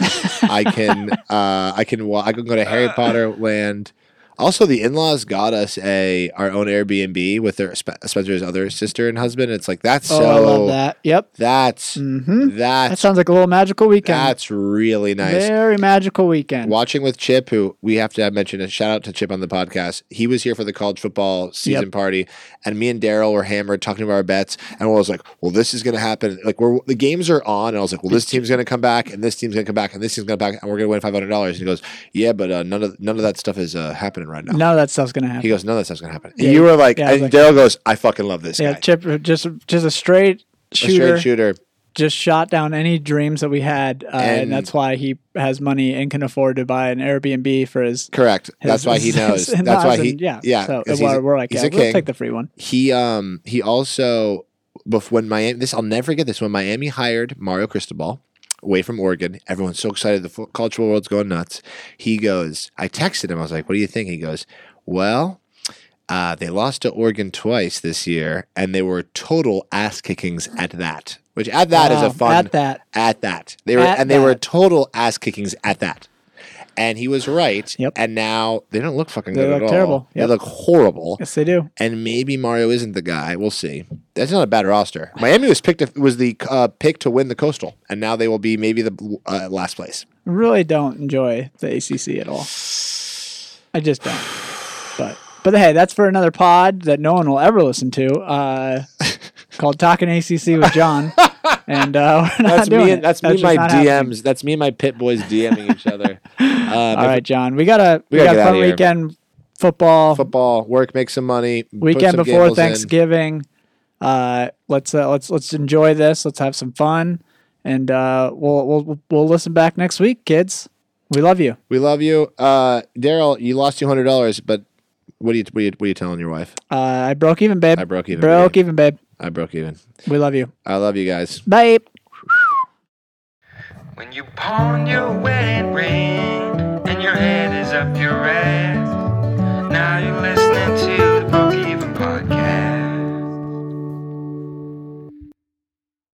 [SPEAKER 3] I can uh, I can wa- I can go to Harry Potter Land. Also, the in-laws got us a our own Airbnb with their Spe- Spencer's other sister and husband. It's like that's
[SPEAKER 2] oh,
[SPEAKER 3] so
[SPEAKER 2] I love that. Yep.
[SPEAKER 3] that's
[SPEAKER 2] Mm-hmm. That
[SPEAKER 3] that's
[SPEAKER 2] sounds like a little magical weekend.
[SPEAKER 3] that's really nice.
[SPEAKER 2] Very magical weekend.
[SPEAKER 3] Watching with Chip, who we have to mention a shout out to Chip on the podcast. He was here for the college football season
[SPEAKER 2] Yep.
[SPEAKER 3] party, and me and Daryl were hammered talking about our bets. And I was like, "Well, this is going to happen. Like, we're the games are on." And I was like, "Well, this team's going to come back, and this team's going to come back, and this team's going to come back, and we're going to win five hundred dollars." He goes, "Yeah, but uh, none of none of that stuff is uh, happening right now."
[SPEAKER 2] None of that stuff's gonna
[SPEAKER 3] He
[SPEAKER 2] happen.
[SPEAKER 3] goes, "None of that stuff's going to happen." And
[SPEAKER 2] Yeah,
[SPEAKER 3] you were like,
[SPEAKER 2] yeah, I was
[SPEAKER 3] and
[SPEAKER 2] like-
[SPEAKER 3] Daryl goes, "I fucking love this
[SPEAKER 2] Yeah,
[SPEAKER 3] guy,
[SPEAKER 2] Chip, just just a straight
[SPEAKER 3] a
[SPEAKER 2] shooter,
[SPEAKER 3] straight shooter."
[SPEAKER 2] just shot down any dreams that we had, uh, and,
[SPEAKER 3] And-
[SPEAKER 2] that's why he has money and can afford to buy an Airbnb for his.
[SPEAKER 3] Correct.
[SPEAKER 2] his
[SPEAKER 3] That's why
[SPEAKER 2] *laughs*
[SPEAKER 3] he
[SPEAKER 2] his
[SPEAKER 3] knows. That's
[SPEAKER 2] in-laws
[SPEAKER 3] why he.
[SPEAKER 2] and- yeah,
[SPEAKER 3] yeah.
[SPEAKER 2] So
[SPEAKER 3] 'cause he's
[SPEAKER 2] we're,
[SPEAKER 3] a-
[SPEAKER 2] we're like,
[SPEAKER 3] he's
[SPEAKER 2] yeah,
[SPEAKER 3] a
[SPEAKER 2] we'll
[SPEAKER 3] king.
[SPEAKER 2] take the free one.
[SPEAKER 3] He um he also bef- when Miami this I'll never forget this when Miami hired Mario Cristobal away from Oregon. Everyone's so excited. The fo- cultural world's going nuts. He goes. I texted him. I was like, "What do you think?" He goes, "Well." Uh, they lost to Oregon twice this year, and they were total ass kickings at that. Which at that is
[SPEAKER 2] Wow,
[SPEAKER 3] a fun
[SPEAKER 2] Um, at that.
[SPEAKER 3] at that. They were
[SPEAKER 2] At
[SPEAKER 3] and they were
[SPEAKER 2] that.
[SPEAKER 3] total ass kickings at that. And he was right.
[SPEAKER 2] Yep.
[SPEAKER 3] And now they don't look fucking
[SPEAKER 2] They
[SPEAKER 3] good
[SPEAKER 2] look
[SPEAKER 3] at all.
[SPEAKER 2] terrible. Yep.
[SPEAKER 3] They look horrible
[SPEAKER 2] Yes, they do.
[SPEAKER 3] and maybe Mario isn't the guy. We'll see. That's not a bad roster. Miami was picked to, was the uh, pick to win the Coastal, and now they will be maybe the uh, last place.
[SPEAKER 2] Really don't enjoy the ACC at all. I just don't. But but hey, that's for another pod that no one will ever listen to.
[SPEAKER 3] *laughs*
[SPEAKER 2] Uh, called Talking ACC with John, and uh, *laughs* we're *laughs* not
[SPEAKER 3] That's
[SPEAKER 2] doing
[SPEAKER 3] me.
[SPEAKER 2] it.
[SPEAKER 3] And, that's, me.
[SPEAKER 2] just
[SPEAKER 3] My
[SPEAKER 2] not
[SPEAKER 3] DMs.
[SPEAKER 2] happening.
[SPEAKER 3] That's me and my pit boys DMing
[SPEAKER 2] *laughs*
[SPEAKER 3] each other. Um,
[SPEAKER 2] All right, John. We got a we,
[SPEAKER 3] gotta
[SPEAKER 2] got
[SPEAKER 3] get
[SPEAKER 2] a
[SPEAKER 3] outta
[SPEAKER 2] fun
[SPEAKER 3] here.
[SPEAKER 2] weekend football
[SPEAKER 3] Football, work, make some money. put
[SPEAKER 2] weekend
[SPEAKER 3] some
[SPEAKER 2] before
[SPEAKER 3] gambles in.
[SPEAKER 2] Thanksgiving. Uh, let's uh, let's let's enjoy this. Let's have some fun, and uh, we'll we'll we'll listen back next week, kids. We love you.
[SPEAKER 3] We love you, uh, Daryl. You lost two hundred dollars, but what are you what are you, what are you telling your wife?
[SPEAKER 2] Uh, I broke even, babe.
[SPEAKER 3] I broke even,
[SPEAKER 2] Broke e- even, babe.
[SPEAKER 3] I broke even.
[SPEAKER 2] We love you.
[SPEAKER 3] I love you guys.
[SPEAKER 2] Bye.
[SPEAKER 1] When you pawn your wedding ring and your head is up your ass,